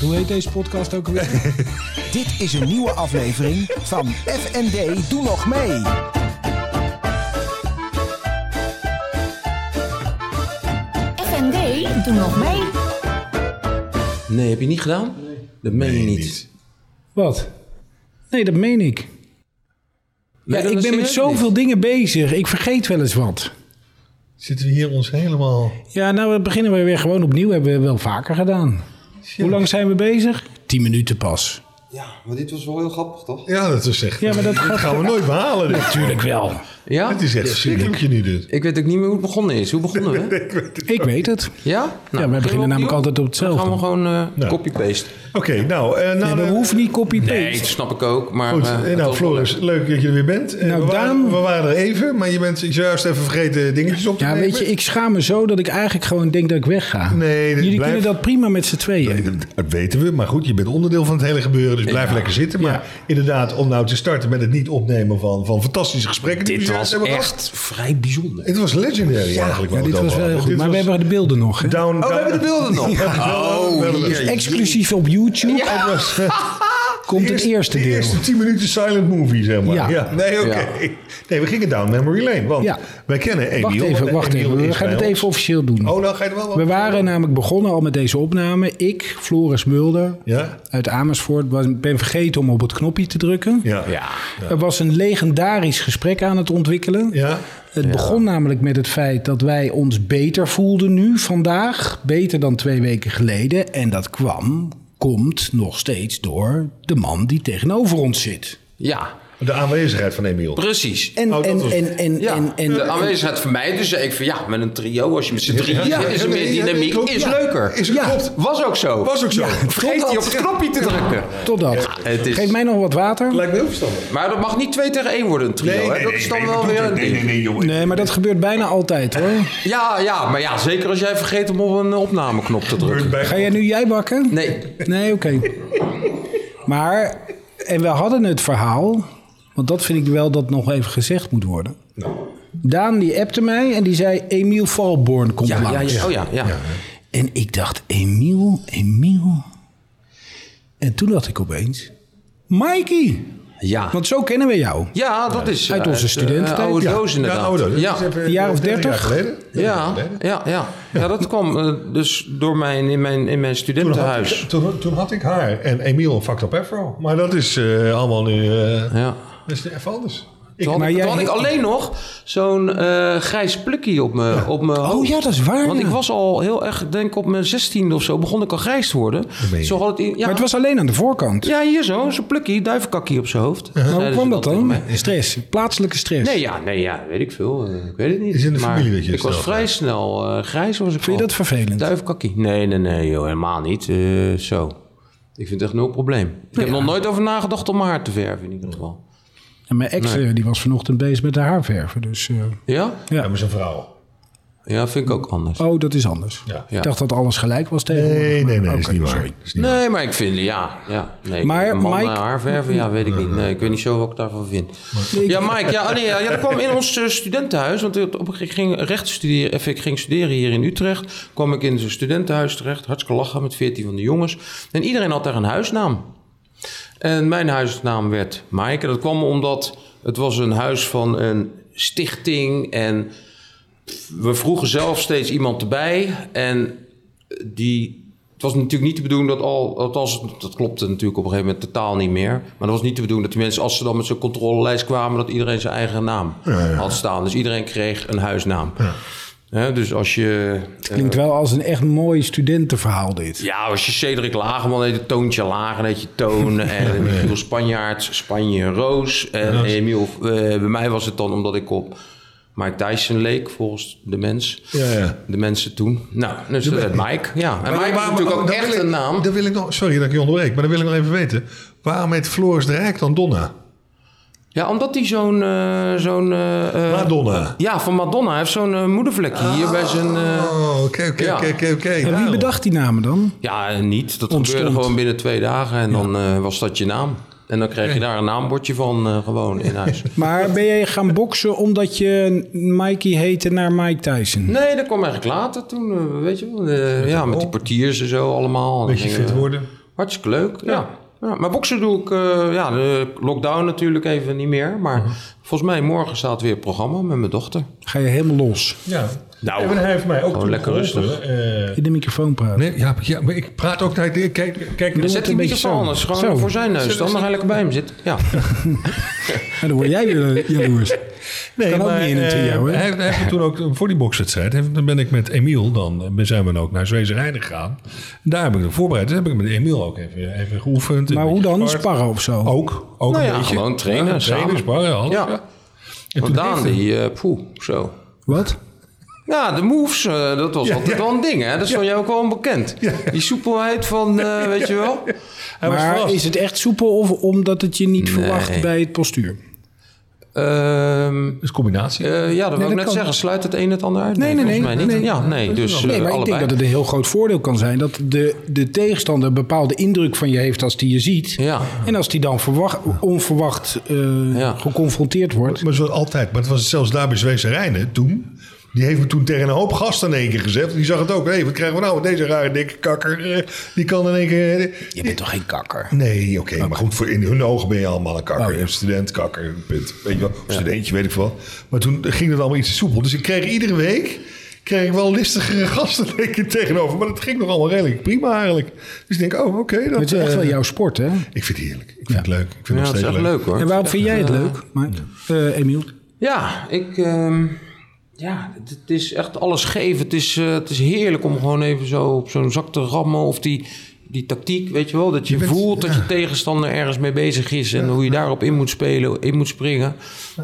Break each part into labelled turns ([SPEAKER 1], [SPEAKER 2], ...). [SPEAKER 1] Hoe heet deze podcast ook alweer?
[SPEAKER 2] Dit is een nieuwe aflevering van FND Doe Nog Mee.
[SPEAKER 3] FND, doe nog mee.
[SPEAKER 4] Nee, heb je niet gedaan? Dat meen je niet.
[SPEAKER 1] Wat? Nee, dat meen ik.
[SPEAKER 4] Nee,
[SPEAKER 1] Ja,
[SPEAKER 4] dat
[SPEAKER 1] ik ben met
[SPEAKER 4] serieus
[SPEAKER 1] zoveel
[SPEAKER 4] niet.
[SPEAKER 1] dingen bezig. Ik vergeet wel eens wat.
[SPEAKER 5] Zitten we hier ons helemaal...
[SPEAKER 1] Ja, nou we beginnen we weer gewoon opnieuw. Hebben we wel vaker gedaan. Hoe lang zijn we bezig? Tien minuten pas.
[SPEAKER 6] Ja, maar dit was wel heel grappig, toch?
[SPEAKER 5] Ja, dat is echt...
[SPEAKER 1] Ja, maar dat
[SPEAKER 5] dat gaan we nooit behalen. dit.
[SPEAKER 1] Natuurlijk wel.
[SPEAKER 4] Ja?
[SPEAKER 5] Het is echt verschrikkelijk wat je nu doet.
[SPEAKER 4] Ik weet ook niet meer hoe het begonnen is. Hoe begonnen we?
[SPEAKER 1] Ik weet het.
[SPEAKER 4] Ja? Nou,
[SPEAKER 1] ja, wij beginnen namelijk altijd op
[SPEAKER 4] Dan gaan we
[SPEAKER 1] hetzelfde.
[SPEAKER 4] gewoon eh, copy-paste.
[SPEAKER 5] Oké, nou... eh
[SPEAKER 1] Nee,
[SPEAKER 5] nou
[SPEAKER 1] maar we hoeven niet copy-paste.
[SPEAKER 4] Nee, dat snap ik ook. Maar,
[SPEAKER 5] Goed,
[SPEAKER 4] eh,
[SPEAKER 5] eh,
[SPEAKER 4] het was wel
[SPEAKER 5] nou Floris, leuk dat je er weer bent. Eh,
[SPEAKER 1] Nou,
[SPEAKER 5] we,
[SPEAKER 1] Daan-
[SPEAKER 5] waren, we waren er even, maar je bent juist even vergeten dingetjes op te
[SPEAKER 1] Ja,
[SPEAKER 5] nemen.
[SPEAKER 1] weet je, ik schaam me zo dat ik eigenlijk gewoon denk dat ik wegga.
[SPEAKER 5] Nee, dit
[SPEAKER 1] Jullie
[SPEAKER 5] blijft-
[SPEAKER 1] kunnen dat prima met z'n tweeën.
[SPEAKER 5] Dat weten we, maar goed, je bent onderdeel van het hele gebeuren, dus blijf lekker zitten. Maar inderdaad, om nou te starten met het niet opnemen van, van fantastische gesprekken. die
[SPEAKER 4] Dit
[SPEAKER 5] we juist
[SPEAKER 4] was
[SPEAKER 5] hebben gehad.
[SPEAKER 4] echt vrij bijzonder.
[SPEAKER 5] Het was legendary eigenlijk.
[SPEAKER 1] Ja,
[SPEAKER 5] wat
[SPEAKER 1] dit
[SPEAKER 5] we
[SPEAKER 1] was wel
[SPEAKER 5] dan
[SPEAKER 1] heel
[SPEAKER 5] hadden.
[SPEAKER 1] goed.
[SPEAKER 5] Dit
[SPEAKER 1] Maar we
[SPEAKER 5] was
[SPEAKER 1] hebben de beelden nog. hè?
[SPEAKER 5] Down,
[SPEAKER 4] Oh, we hebben de beelden nog.
[SPEAKER 5] we hebben
[SPEAKER 4] Oh,
[SPEAKER 5] de-
[SPEAKER 4] jee.
[SPEAKER 1] Exclusief op YouTube eh,
[SPEAKER 5] Het was
[SPEAKER 1] komt het
[SPEAKER 5] eerst-
[SPEAKER 1] eerste
[SPEAKER 5] de
[SPEAKER 1] deel.
[SPEAKER 5] eerste 10 minuten silent movie, zeg maar.
[SPEAKER 1] Ja.
[SPEAKER 5] Ja. Nee, oké.
[SPEAKER 4] Ja.
[SPEAKER 5] Nee, we gingen down memory lane. Want
[SPEAKER 1] Ja.
[SPEAKER 5] wij kennen Emiel.
[SPEAKER 1] Wacht even,
[SPEAKER 5] want
[SPEAKER 1] wacht
[SPEAKER 5] Emiel
[SPEAKER 1] even. We
[SPEAKER 5] is
[SPEAKER 1] gaan
[SPEAKER 5] bij
[SPEAKER 1] het
[SPEAKER 5] ons.
[SPEAKER 1] even officieel doen.
[SPEAKER 5] Oh, nou ga je er wel wat-
[SPEAKER 1] We waren namelijk begonnen al met deze opname. Ik, Floris Mulder
[SPEAKER 5] Ja?
[SPEAKER 1] uit Amersfoort, was- ben vergeten om op het knopje te drukken.
[SPEAKER 5] Ja. Ja.
[SPEAKER 1] Er was een legendarisch gesprek aan het ontwikkelen.
[SPEAKER 5] Ja.
[SPEAKER 1] Het begon namelijk met het feit dat wij ons beter voelden nu, vandaag. Beter dan twee weken geleden. En dat kwam, komt nog steeds door de man die tegenover ons zit.
[SPEAKER 4] Ja,
[SPEAKER 5] De aanwezigheid van Emiel.
[SPEAKER 4] precies.
[SPEAKER 1] En,
[SPEAKER 5] Oh, dat
[SPEAKER 1] en,
[SPEAKER 5] was-
[SPEAKER 1] en, en,
[SPEAKER 4] Ja,
[SPEAKER 1] en, en,
[SPEAKER 4] de aanwezigheid van mij. Dus ik van ja, met een trio, als je met z'n drieën
[SPEAKER 5] Ja,
[SPEAKER 4] zit, is er
[SPEAKER 5] ja,
[SPEAKER 4] meer
[SPEAKER 5] ja, ja,
[SPEAKER 4] dynamiek.
[SPEAKER 5] klopt.
[SPEAKER 4] is
[SPEAKER 5] Ja.
[SPEAKER 4] leuker.
[SPEAKER 5] Is het
[SPEAKER 1] Ja.
[SPEAKER 5] klopt.
[SPEAKER 4] Was ook zo.
[SPEAKER 5] Was ook zo.
[SPEAKER 4] Vergeet die op het knopje te drukken.
[SPEAKER 1] Totdat.
[SPEAKER 4] het is-
[SPEAKER 1] Geef mij nog wat water.
[SPEAKER 5] Lijkt me heel verstandig.
[SPEAKER 4] Maar dat mag niet 2 tegen 1 worden, een trio.
[SPEAKER 5] Nee,
[SPEAKER 4] hè?
[SPEAKER 5] nee,
[SPEAKER 4] dat
[SPEAKER 5] nee,
[SPEAKER 4] is dan
[SPEAKER 5] nee,
[SPEAKER 4] wel
[SPEAKER 5] dat
[SPEAKER 4] weer
[SPEAKER 5] doet-
[SPEAKER 4] een
[SPEAKER 5] nee,
[SPEAKER 4] ding.
[SPEAKER 5] nee, jongen.
[SPEAKER 1] Nee, maar dat gebeurt bijna altijd hoor.
[SPEAKER 4] Ja, ja, maar ja, zeker als jij vergeet om op een eh, opnameknop te drukken.
[SPEAKER 5] Bij-
[SPEAKER 1] Ga jij nu jij bakken?
[SPEAKER 4] Nee.
[SPEAKER 1] Nee, oké. Maar, en we hadden het verhaal, want dat vind ik wel dat nog even gezegd moet worden. Daan die appte mij en die zei, Emiel Valborn komt
[SPEAKER 4] Ja, ja,
[SPEAKER 1] langs.
[SPEAKER 4] ja, oh ja, ja.
[SPEAKER 1] En ik dacht, Emiel, Emiel. En toen dacht ik opeens, Mikey.
[SPEAKER 4] Ja,
[SPEAKER 1] Want zo kennen we jou.
[SPEAKER 4] ja dat is...
[SPEAKER 1] Uit
[SPEAKER 4] eh,
[SPEAKER 1] onze
[SPEAKER 4] eh,
[SPEAKER 1] studententijd.
[SPEAKER 4] oude
[SPEAKER 1] Ja.
[SPEAKER 4] doos inderdaad.
[SPEAKER 5] Ja, oh, dat is
[SPEAKER 4] ja.
[SPEAKER 5] even-
[SPEAKER 1] Een jaar of
[SPEAKER 5] 30
[SPEAKER 1] dertig?
[SPEAKER 5] geleden.
[SPEAKER 4] Ja, ja, ja. ja, dat kwam eh, dus door mijn, in, mijn, in mijn
[SPEAKER 5] Toen had,
[SPEAKER 4] studentenhuis.
[SPEAKER 5] ik, toen, toen had ik haar en Emiel een fucked up afro. Maar dat is eh, allemaal nu... eh,
[SPEAKER 4] Ja.
[SPEAKER 5] Dat is even anders. Ik,
[SPEAKER 4] Toen had,
[SPEAKER 1] maar
[SPEAKER 4] ik-
[SPEAKER 1] jij-
[SPEAKER 4] toen had ik alleen nog zo'n eh, grijs plukje op mijn op mijn hoofd.
[SPEAKER 1] Oh, ja, dat is waar,
[SPEAKER 4] Want
[SPEAKER 1] ja.
[SPEAKER 4] ik was al heel erg, denk ik op mijn zestiende of zo, begon ik al grijs te worden.
[SPEAKER 5] meen je.
[SPEAKER 4] Zo had het, ja,
[SPEAKER 1] Maar het was alleen aan de voorkant.
[SPEAKER 4] ja, hier zo, zo'n plukje, duivenkakkie op zijn hoofd.
[SPEAKER 1] Maar
[SPEAKER 4] Zeiden
[SPEAKER 1] hoe
[SPEAKER 4] ze
[SPEAKER 1] kwam dat
[SPEAKER 4] tegen
[SPEAKER 1] dan?
[SPEAKER 4] mij.
[SPEAKER 1] Stress, plaatselijke stress.
[SPEAKER 4] Nee ja, nee, ja, weet ik veel. eh, Ik weet het niet.
[SPEAKER 5] Is in de
[SPEAKER 4] maar
[SPEAKER 5] familie dat je
[SPEAKER 4] Ik was
[SPEAKER 5] snel
[SPEAKER 4] vrij snel eh, grijs. Was ik
[SPEAKER 1] Vind je
[SPEAKER 4] al.
[SPEAKER 1] dat vervelend?
[SPEAKER 4] Duivenkakkie. Nee, nee, nee, joh, helemaal niet. Eh, zo. Ik vind het echt nul probleem. Ik heb nog nooit over nagedacht om mijn haar te verven in ieder geval.
[SPEAKER 1] En mijn ex eh, die was vanochtend bezig met de haarverven. Dus, eh,
[SPEAKER 4] Ja?
[SPEAKER 5] ja, maar zijn vrouw.
[SPEAKER 4] Ja, vind ik ook anders.
[SPEAKER 1] oh, dat is anders.
[SPEAKER 5] Ja.
[SPEAKER 1] Ik dacht dat alles gelijk was tegenwoordig.
[SPEAKER 5] Nee, nee, nee, dat is
[SPEAKER 1] Oké,
[SPEAKER 5] niet waar.
[SPEAKER 1] sorry.
[SPEAKER 5] Dat is niet
[SPEAKER 4] Nee, maar ik vind, ja, ja. Nee,
[SPEAKER 1] Maar
[SPEAKER 4] een man
[SPEAKER 1] Mike-
[SPEAKER 4] eh, haar verven, ja, weet ik niet. Nee, ik weet niet zo wat ik daarvan vind. Ja, Mike, ja, oh nee, ja, ja, dat kwam in ons eh, studentenhuis. Want ik op- ik ging recht studeren, of ik ging studeren hier in Utrecht. Kwam ik in zo'n studentenhuis terecht. Hartstikke lachen met veertien van de jongens. En iedereen had daar een huisnaam. En mijn huisnaam werd Mike. En dat kwam omdat het was een huis van een stichting. En we vroegen zelf steeds iemand erbij. En die. Het was natuurlijk niet te bedoelen dat al. Althans, dat klopte natuurlijk op een gegeven moment totaal niet meer. Maar dat was niet te bedoelen dat die mensen, als ze dan met zo'n controlelijst kwamen, dat iedereen zijn eigen naam had staan. Dus iedereen kreeg een huisnaam. Hè, dus als je. eh,
[SPEAKER 1] Klinkt wel als een echt mooi studentenverhaal dit.
[SPEAKER 4] ja, als je Cedric Lagerman heet, het toontje Lager heet je Toon. En Michiel Spanjaard, Spanje Roos. En Emiel, eh, bij mij was het dan omdat ik op Mike Tyson leek, volgens de mens.
[SPEAKER 5] Ja, ja.
[SPEAKER 4] De mensen toen. Nou, dus dat werd Mike. Ja, en Mike is
[SPEAKER 5] waarom-
[SPEAKER 4] natuurlijk ook
[SPEAKER 5] dan
[SPEAKER 4] echt
[SPEAKER 5] wil ik-
[SPEAKER 4] een naam.
[SPEAKER 5] Dan wil ik nog, sorry dat ik je onderbreek, maar dan wil ik nog even weten. Waarom heet Floris de Rijk dan Donna?
[SPEAKER 4] Ja, omdat hij zo'n... eh, zo'n eh, eh,
[SPEAKER 5] Madonna. Ah.
[SPEAKER 4] ja, van Madonna. Hij heeft zo'n eh, moedervlekje hier bij zijn... eh,
[SPEAKER 5] Oh, oké, oké,
[SPEAKER 4] ja.
[SPEAKER 5] oké, oké, oké.
[SPEAKER 1] En wie
[SPEAKER 5] Daarom.
[SPEAKER 1] bedacht die namen dan?
[SPEAKER 4] Ja, eh, niet. Dat
[SPEAKER 1] Ontstond.
[SPEAKER 4] gebeurde gewoon binnen twee dagen. En dan eh, was dat je naam. En dan kreeg je daar een naambordje van eh, gewoon in huis.
[SPEAKER 1] Maar ben jij gaan boksen omdat je Mikey heette naar Mike Tyson?
[SPEAKER 4] Nee, dat kwam eigenlijk later toen, eh, weet je wel. eh, ja, met die portiers en zo allemaal. En dan
[SPEAKER 5] Beetje
[SPEAKER 4] gingen
[SPEAKER 5] fit
[SPEAKER 4] we-
[SPEAKER 5] worden.
[SPEAKER 4] Hartstikke leuk, ja. ja. maar boksen doe ik, eh, ja, de lockdown natuurlijk even niet meer. Maar
[SPEAKER 5] Mhm.
[SPEAKER 4] volgens mij morgen staat weer een programma met mijn dochter.
[SPEAKER 1] Ga je helemaal los.
[SPEAKER 5] Ja.
[SPEAKER 4] Nou,
[SPEAKER 5] en hij heeft mij ook
[SPEAKER 4] gewoon
[SPEAKER 5] toen
[SPEAKER 4] lekker
[SPEAKER 5] geholpen,
[SPEAKER 4] rustig.
[SPEAKER 5] eh,
[SPEAKER 1] In de microfoon praten.
[SPEAKER 5] nee, ja, ja, maar ik praat ook naar... Kijk, kijk,
[SPEAKER 4] Dan
[SPEAKER 1] het
[SPEAKER 4] zet
[SPEAKER 1] een
[SPEAKER 4] hij een beetje
[SPEAKER 1] beetje
[SPEAKER 4] van
[SPEAKER 1] zo.
[SPEAKER 4] anders. Gewoon
[SPEAKER 1] Zo.
[SPEAKER 4] voor zijn neus. Dan, dan ga ik lekker bij hem zitten. Ja.
[SPEAKER 5] Oh,
[SPEAKER 1] En dan word jij weer eh, jaloers.
[SPEAKER 5] Nee,
[SPEAKER 1] Kan ook niet in een
[SPEAKER 5] eh,
[SPEAKER 1] trio, hè?
[SPEAKER 5] Hij, hij heeft toen ook een volleyboxwedstrijd. Heeft- Dan ben ik met Emiel, dan eh, zijn we dan ook naar Zwezerijn gegaan. Daar heb ik hem voorbereid. Dus heb ik met Emiel ook even, even geoefend. een
[SPEAKER 1] Maar hoe
[SPEAKER 5] beetje
[SPEAKER 1] dan?
[SPEAKER 5] gespart.
[SPEAKER 1] Sparren of zo?
[SPEAKER 5] Ook, ook
[SPEAKER 4] Nou
[SPEAKER 5] een
[SPEAKER 4] ja,
[SPEAKER 5] beetje.
[SPEAKER 4] gewoon trainen,
[SPEAKER 5] Ja, trainen,
[SPEAKER 4] samen.
[SPEAKER 5] sparren, alles.
[SPEAKER 4] Ja.
[SPEAKER 5] Ja. En
[SPEAKER 4] Want Daan,
[SPEAKER 5] heeft hij-
[SPEAKER 4] die, eh, poeh, zo.
[SPEAKER 1] Wat?
[SPEAKER 4] Ja, de moves, eh, dat was
[SPEAKER 5] Ja,
[SPEAKER 4] altijd
[SPEAKER 5] ja.
[SPEAKER 4] wel een ding, hè? Dat is van jou ook wel onbekend. Die soepelheid van, eh, weet je wel?
[SPEAKER 5] hij was
[SPEAKER 1] maar
[SPEAKER 5] verrast.
[SPEAKER 1] is het echt soepel of omdat het je niet verwacht bij het postuur?
[SPEAKER 4] Ehm,
[SPEAKER 5] Dat is combinatie.
[SPEAKER 4] eh, ja, dat wil
[SPEAKER 1] dat
[SPEAKER 4] ik net
[SPEAKER 1] kan.
[SPEAKER 4] zeggen. Sluit het een het ander uit?
[SPEAKER 1] Nee, nee,
[SPEAKER 4] volgens
[SPEAKER 1] nee,
[SPEAKER 4] mij niet.
[SPEAKER 1] nee.
[SPEAKER 4] Ja, nee, dus
[SPEAKER 1] Nee,
[SPEAKER 4] eh,
[SPEAKER 1] maar ik
[SPEAKER 4] allebei.
[SPEAKER 1] denk dat het een heel groot voordeel kan zijn dat de, de tegenstander een bepaalde indruk van je heeft als die je ziet.
[SPEAKER 4] Ja.
[SPEAKER 1] En als die dan verwacht, onverwacht eh,
[SPEAKER 4] Ja.
[SPEAKER 1] geconfronteerd wordt.
[SPEAKER 5] maar zoals altijd. Maar het was zelfs daar bij Zwezerijn toen. Die heeft me toen tegen een hoop gasten in één keer gezet. Die zag het ook. Hé, hey, wat krijgen we nou? Deze rare dikke kakker. eh, Die kan in één keer... eh,
[SPEAKER 1] Je bent toch geen kakker?
[SPEAKER 5] Nee, oké. maar goed, voor in hun ogen ben je allemaal een kakker. Een student, kakker, punt. Weet je wel, of studentje, weet ik veel. Maar toen ging het allemaal iets te soepel. Dus ik kreeg iedere week kreeg ik wel listigere gasten denk ik, tegenover. Maar dat ging nog allemaal redelijk prima eigenlijk. Dus ik denk, oh, oké. dat,
[SPEAKER 1] Het is echt
[SPEAKER 5] eh,
[SPEAKER 1] wel jouw sport, hè?
[SPEAKER 5] Ik vind het heerlijk. Ik vind het leuk. Ik vind het
[SPEAKER 4] Ja,
[SPEAKER 5] nog
[SPEAKER 4] dat is
[SPEAKER 5] steeds
[SPEAKER 4] echt
[SPEAKER 5] leuk.
[SPEAKER 4] leuk, hoor.
[SPEAKER 1] En waarom vind jij het leuk, Mike? Eh, Emiel?
[SPEAKER 4] Ja, ik... ehm, ja, het, het is echt alles geven. Het is, eh, het is heerlijk om gewoon even zo op zo'n zak te rammen. Of die, die tactiek, weet je wel. Dat je,
[SPEAKER 5] bent-
[SPEAKER 4] voelt dat
[SPEAKER 5] ja.
[SPEAKER 4] je tegenstander ergens mee bezig is. En hoe je daarop in moet spelen, in moet springen.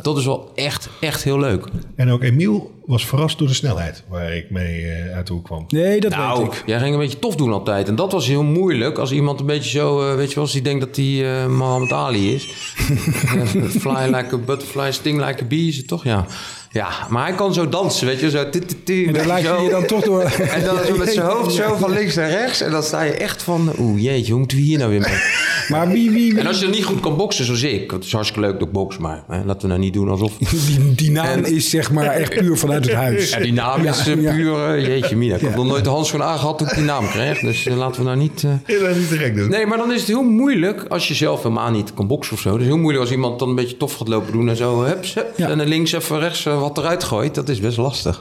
[SPEAKER 4] Dat is wel echt, echt heel leuk.
[SPEAKER 5] En ook Emiel was verrast door de snelheid waar ik mee eh, uit de hoek kwam.
[SPEAKER 1] Nee, dat
[SPEAKER 4] Nou,
[SPEAKER 1] weet ik.
[SPEAKER 4] jij ging een beetje tof doen altijd. En dat was heel moeilijk als iemand een beetje zo, eh, weet je wel, als die denkt dat hij eh, Muhammad Ali is. Eh, Fly like a butterfly, sting like a bee is het toch? Ja. Ja, maar hij kan zo dansen, weet je, zo. tu- tu- tu,
[SPEAKER 1] En
[SPEAKER 4] weet
[SPEAKER 1] daar laat je
[SPEAKER 4] zo.
[SPEAKER 1] je dan toch door.
[SPEAKER 4] En dan zo met zijn hoofd zo van links naar rechts. En dan sta je echt van, oeh jeetje, hoe moeten we hier nou weer mee?
[SPEAKER 1] Maar wie, wie,
[SPEAKER 4] En als je niet goed kan boksen, zoals ik. want Het is hartstikke leuk dat ik boks, maar hè, laten we nou niet doen alsof...
[SPEAKER 1] die, die naam
[SPEAKER 4] En-
[SPEAKER 1] is zeg maar echt puur vanuit het huis.
[SPEAKER 4] Ja, die naam is
[SPEAKER 1] Ja,
[SPEAKER 4] eh,
[SPEAKER 1] ja.
[SPEAKER 4] puur... eh, jeetje mina, ik had nog nooit de handschoen aangehad toen ik die naam kreeg. Dus eh, laten we nou niet... eh,
[SPEAKER 5] Ik dat niet te gek doen.
[SPEAKER 4] Nee, maar dan is het heel moeilijk als je zelf helemaal niet kan boksen of zo. Het is heel moeilijk als iemand dan een beetje tof gaat lopen doen en zo. Hups, hup,
[SPEAKER 1] Ja.
[SPEAKER 4] En dan links even rechts eh, wat eruit gooit. Dat is best lastig.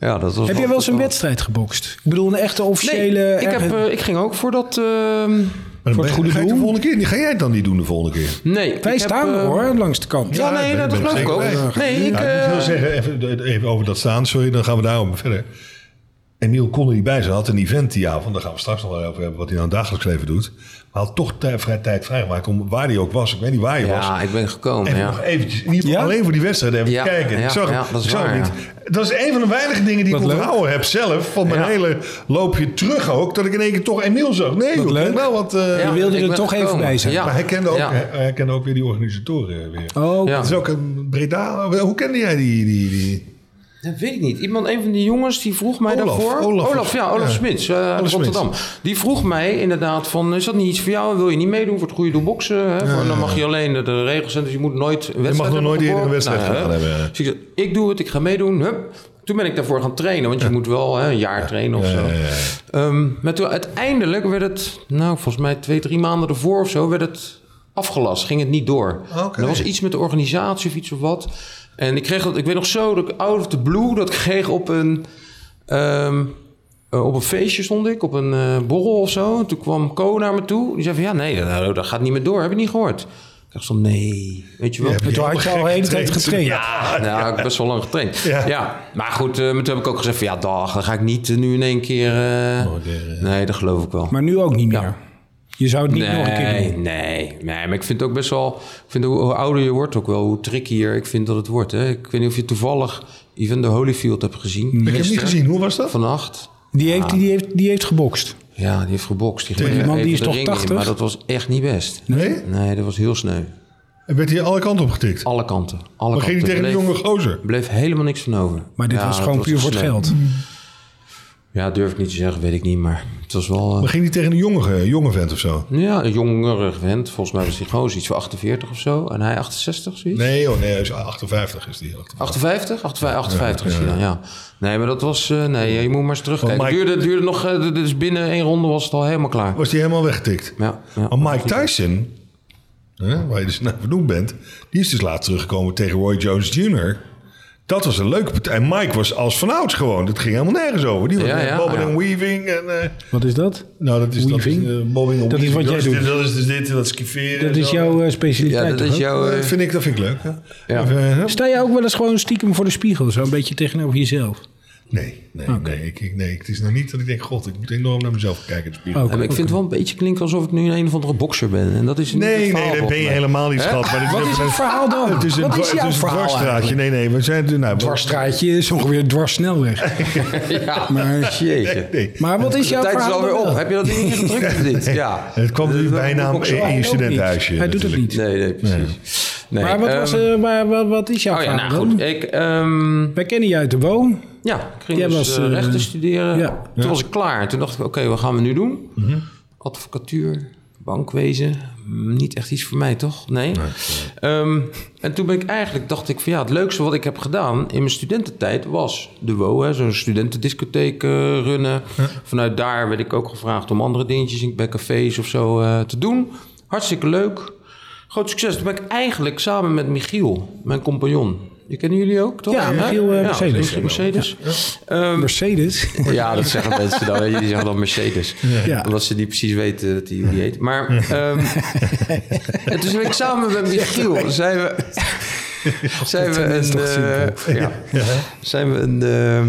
[SPEAKER 4] Ja, dat was
[SPEAKER 1] Heb jij wel eens een
[SPEAKER 4] dat-
[SPEAKER 1] wedstrijd gebokst? Ik bedoel, een echte
[SPEAKER 4] Nee,
[SPEAKER 1] officiële...
[SPEAKER 4] ik, heb, eh, ik ging ook voor dat... ehm,
[SPEAKER 5] Maar
[SPEAKER 1] Voor het goede
[SPEAKER 5] ga je het de
[SPEAKER 1] doel?
[SPEAKER 5] volgende keer? Ga jij het dan niet doen de volgende keer?
[SPEAKER 4] nee. ik
[SPEAKER 1] Wij
[SPEAKER 4] heb,
[SPEAKER 1] staan
[SPEAKER 4] eh,
[SPEAKER 1] er hoor, langs de kant.
[SPEAKER 4] Ja, nee,
[SPEAKER 5] ik ben-
[SPEAKER 4] dat
[SPEAKER 5] ben
[SPEAKER 4] geloof
[SPEAKER 5] er
[SPEAKER 4] ik
[SPEAKER 5] zeker
[SPEAKER 4] ook.
[SPEAKER 5] bij.
[SPEAKER 4] Nee, ik,
[SPEAKER 5] Nou, ik
[SPEAKER 4] eh,
[SPEAKER 5] wil zeggen, even, even over dat staan, sorry, dan gaan we daarom verder. Emiel kon er niet bij zijn, had een event die avond, daar gaan we straks nog wel over hebben, wat hij nou dagelijks leven doet. Maar had toch tij- vrij tijd vrijgemaakt om waar hij ook was, ik weet niet waar hij
[SPEAKER 4] Ja,
[SPEAKER 5] was.
[SPEAKER 4] ik ben gekomen,
[SPEAKER 5] Even
[SPEAKER 4] ja.
[SPEAKER 5] nog eventjes, in ieder geval
[SPEAKER 1] Ja?
[SPEAKER 5] alleen voor die wedstrijd even
[SPEAKER 4] Ja,
[SPEAKER 5] kijken.
[SPEAKER 4] ja,
[SPEAKER 5] ik zag, hem,
[SPEAKER 4] ja, dat is
[SPEAKER 5] ik zag hem
[SPEAKER 4] waar,
[SPEAKER 5] niet. Dat is een van de weinige dingen die ik
[SPEAKER 1] Wat leuk.
[SPEAKER 5] onthouden heb zelf, van mijn
[SPEAKER 4] Ja.
[SPEAKER 5] hele loopje terug ook, dat ik in één keer toch Emiel zag. Nee, joh, ik
[SPEAKER 1] leuk.
[SPEAKER 5] ben wel wat... eh,
[SPEAKER 4] Ja,
[SPEAKER 1] wilde
[SPEAKER 4] ik
[SPEAKER 1] er
[SPEAKER 4] ben
[SPEAKER 1] toch even
[SPEAKER 4] gekomen.
[SPEAKER 1] bij zijn.
[SPEAKER 4] Ja.
[SPEAKER 5] Maar hij kende, ook,
[SPEAKER 4] Ja.
[SPEAKER 5] hij, hij kende ook weer die organisatoren weer.
[SPEAKER 1] Oh,
[SPEAKER 4] Ja.
[SPEAKER 5] Dat is ook een Breda. Hoe kende jij die? die, die?
[SPEAKER 4] Dat weet ik niet. Iemand, een van die jongens, die vroeg mij
[SPEAKER 5] Olaf,
[SPEAKER 4] daarvoor.
[SPEAKER 5] Olaf.
[SPEAKER 4] ja, Olaf
[SPEAKER 5] Ja.
[SPEAKER 4] Smits eh, uit
[SPEAKER 5] Olaf
[SPEAKER 4] Rotterdam. Die vroeg mij inderdaad van, is dat niet iets voor jou? Wil je niet meedoen voor het goede doel boksen? Hè? Van, dan mag je alleen de, de regels zijn, dus je moet nooit een wedstrijd
[SPEAKER 5] nog
[SPEAKER 4] hebben
[SPEAKER 5] nooit eerder een
[SPEAKER 4] geboren.
[SPEAKER 5] wedstrijd
[SPEAKER 4] hè.
[SPEAKER 5] gedaan hebben, ja.
[SPEAKER 4] Dus ik zei, ik doe het, ik ga meedoen. Hup. Toen ben ik daarvoor gaan trainen, want je moet wel hè, een jaar trainen of zo. Ehm, maar toen uiteindelijk werd het, nou volgens mij twee, drie maanden ervoor of zo, werd het afgelast. Ging het niet door.
[SPEAKER 5] Oké.
[SPEAKER 4] Er was iets met de organisatie of iets of wat. En ik kreeg dat, ik weet nog zo, dat ik out of the blue, dat ik kreeg op een, ehm, eh, op een feestje stond ik, op een eh, borrel of zo. En toen kwam Co naar me toe. Die zei van, ja nee, dat, dat gaat niet meer door, heb je niet gehoord? Ik dacht van, nee, weet je wel.
[SPEAKER 5] Ja,
[SPEAKER 1] En toen had je al de hele tijd getraind.
[SPEAKER 4] Nou, ik heb best wel lang getraind.
[SPEAKER 5] Ja.
[SPEAKER 4] Ja. Maar goed, eh, maar toen heb ik ook gezegd van ja, dag, dan ga ik niet eh, nu in één keer. eh, Nee, dat geloof ik wel.
[SPEAKER 1] Maar nu ook niet meer. Je zou het niet nog een keer
[SPEAKER 4] nee,
[SPEAKER 1] doen.
[SPEAKER 4] nee, nee, maar ik vind het ook best wel. Ik vind hoe, hoe ouder je wordt ook wel, hoe trickier ik vind dat het wordt. Hè. Ik weet niet of je toevallig even de Holyfield hebt gezien.
[SPEAKER 5] Ik heb hem niet gezien. Hoe was dat?
[SPEAKER 4] Vannacht.
[SPEAKER 1] Die heeft, die, heeft, die heeft gebokst.
[SPEAKER 4] Ja, die heeft gebokst. Die, ging
[SPEAKER 1] Die
[SPEAKER 4] er
[SPEAKER 1] man die
[SPEAKER 4] even
[SPEAKER 1] is
[SPEAKER 4] de
[SPEAKER 1] toch
[SPEAKER 4] ring in,
[SPEAKER 1] 80?
[SPEAKER 4] maar dat was echt niet best.
[SPEAKER 5] Nee?
[SPEAKER 4] Nee, dat was heel sneu.
[SPEAKER 5] Er werd hier alle kanten op getikt.
[SPEAKER 4] Alle kanten. Alle
[SPEAKER 5] Maar ging
[SPEAKER 4] kanten.
[SPEAKER 5] hij tegen die
[SPEAKER 4] Bleef-
[SPEAKER 5] jonge gozer?
[SPEAKER 4] bleef helemaal niks van over.
[SPEAKER 1] Maar dit
[SPEAKER 4] Ja,
[SPEAKER 1] was
[SPEAKER 4] dat
[SPEAKER 1] gewoon puur
[SPEAKER 4] echt
[SPEAKER 1] voor het
[SPEAKER 4] sneu.
[SPEAKER 1] geld.
[SPEAKER 4] Ja, durf ik niet te zeggen, weet ik niet, maar het was wel... eh,
[SPEAKER 5] Maar ging die tegen een jongere, jonge vent of zo?
[SPEAKER 4] ja, een jongere vent. Volgens mij was hij gewoon zoiets van 48 of zo. En hij 68, zoiets.
[SPEAKER 5] Nee, oh nee, hij is 58 is die. 58.
[SPEAKER 4] 58? 58, 58 is hij dan, ja. Nee, maar dat was... eh, nee, je moet maar eens terugkijken.
[SPEAKER 5] Want
[SPEAKER 4] Het
[SPEAKER 5] Mike-
[SPEAKER 4] duurde, duurde nog... eh, dus binnen één ronde was het al helemaal klaar.
[SPEAKER 5] Was die helemaal weggetikt?
[SPEAKER 4] Ja, ja.
[SPEAKER 5] Maar Mike Tyson, hè, waar je dus naar vernoemd bent, die is dus laatst teruggekomen tegen Roy Jones Jr. Dat was een leuke partij. En Mike was als vanouds gewoon. Dat ging helemaal nergens over. Die was
[SPEAKER 4] Ja,
[SPEAKER 5] met
[SPEAKER 4] ja,
[SPEAKER 5] bobbing
[SPEAKER 4] ja.
[SPEAKER 5] en weaving. En, eh,
[SPEAKER 1] Wat is dat?
[SPEAKER 5] nou, dat is
[SPEAKER 1] Weaving?
[SPEAKER 5] Dat is, eh, bobbing en
[SPEAKER 1] Dat is wat
[SPEAKER 5] weaving.
[SPEAKER 1] jij
[SPEAKER 5] dat
[SPEAKER 1] doet.
[SPEAKER 5] Is, dit, dat is dit en dat is skifferen.
[SPEAKER 1] Dat
[SPEAKER 5] en
[SPEAKER 1] is
[SPEAKER 5] zo.
[SPEAKER 1] jouw eh, specialiteit.
[SPEAKER 4] Ja, dat
[SPEAKER 1] toch
[SPEAKER 4] is
[SPEAKER 1] ook?
[SPEAKER 4] jouw...
[SPEAKER 5] Eh,
[SPEAKER 4] eh,
[SPEAKER 5] vind ik, dat vind ik leuk. hè.
[SPEAKER 4] Ja.
[SPEAKER 5] Even, hè?
[SPEAKER 1] Sta je ook wel eens gewoon stiekem voor de spiegel, zo een beetje tegenover jezelf?
[SPEAKER 5] nee, nee, nee, ik, ik- nee. Het is nou niet dat ik denk, god, ik moet enorm naar mezelf kijken in de spiegel.
[SPEAKER 1] Ook.
[SPEAKER 4] Ja, maar ik vind het wel een beetje klinken alsof ik nu een, een of andere bokser ben. En dat is niet het
[SPEAKER 5] Nee,
[SPEAKER 4] verhaal
[SPEAKER 5] nee, dat
[SPEAKER 4] volgens
[SPEAKER 5] ben je
[SPEAKER 4] mij.
[SPEAKER 5] helemaal niet,
[SPEAKER 4] Hè?
[SPEAKER 5] schat. Maar dit
[SPEAKER 1] Wat is het verhaal dan?
[SPEAKER 5] Het is een,
[SPEAKER 1] Wat is
[SPEAKER 5] dwa-
[SPEAKER 1] jouw
[SPEAKER 5] het is een
[SPEAKER 1] verhaal
[SPEAKER 5] dwarsstraatje. Nee, nee, we zijn... Nou, we-
[SPEAKER 1] Dwarsstraatje is ongeveer dwarssnelweg.
[SPEAKER 4] Ja,
[SPEAKER 1] Maar-
[SPEAKER 4] jeetje.
[SPEAKER 5] Nee.
[SPEAKER 1] Maar wat is
[SPEAKER 4] De
[SPEAKER 1] jouw
[SPEAKER 4] tijd is
[SPEAKER 1] verhaal
[SPEAKER 4] alweer
[SPEAKER 1] dan
[SPEAKER 4] op.
[SPEAKER 1] wel?
[SPEAKER 4] Heb je dat ding niet gedrukt of niet? Ja.
[SPEAKER 5] Het kwam nu
[SPEAKER 4] Dat- dat
[SPEAKER 5] bijna
[SPEAKER 4] moet ik ook zo
[SPEAKER 5] in je
[SPEAKER 4] aan.
[SPEAKER 5] studentenhuisje.
[SPEAKER 1] Hij doet het
[SPEAKER 5] natuurlijk.
[SPEAKER 1] niet.
[SPEAKER 4] Nee, nee, precies. Nee,
[SPEAKER 1] maar, wat was,
[SPEAKER 4] ehm,
[SPEAKER 1] eh, maar wat, wat is jouw
[SPEAKER 4] Oh ja,
[SPEAKER 1] verhaal
[SPEAKER 4] nou
[SPEAKER 1] dan?
[SPEAKER 4] goed. Ik, ehm,
[SPEAKER 1] Wij kennen je uit de woon.
[SPEAKER 4] ja, ik ging
[SPEAKER 1] Jij
[SPEAKER 4] dus
[SPEAKER 1] was,
[SPEAKER 4] eh,
[SPEAKER 1] eh,
[SPEAKER 4] rechten studeren.
[SPEAKER 1] ja.
[SPEAKER 4] Toen was ik klaar. Toen dacht ik, oké, wat gaan we nu doen?
[SPEAKER 5] Mhm.
[SPEAKER 4] Advocatuur, bankwezen. mm, Niet echt iets voor mij, toch? Nee. Ehm, en toen ben ik eigenlijk, dacht ik van ja, het leukste wat ik heb gedaan in mijn studententijd was de WO, hè, zo'n studentendiscotheek eh, runnen. Vanuit daar werd ik ook gevraagd om andere dingetjes in- bij cafés of zo eh, te doen. Hartstikke leuk. Groot succes. Toen ben ik eigenlijk samen met Michiel, mijn compagnon. Je kennen jullie ook, toch?
[SPEAKER 1] Ja,
[SPEAKER 4] Hè?
[SPEAKER 1] Michiel, eh,
[SPEAKER 4] Ja,
[SPEAKER 1] Mercedes.
[SPEAKER 4] Michiel Mercedes. Ehm,
[SPEAKER 1] Mercedes.
[SPEAKER 4] ja, dat zeggen mensen dan. Jullie zeggen dan Mercedes.
[SPEAKER 1] Ja.
[SPEAKER 4] Omdat ze niet precies weten dat hij jullie heet. Maar ehm en toen ben ik samen met Michiel. Zijn we, zijn we
[SPEAKER 1] is
[SPEAKER 4] een...
[SPEAKER 1] toch
[SPEAKER 4] eh, ja, zijn we een, eh,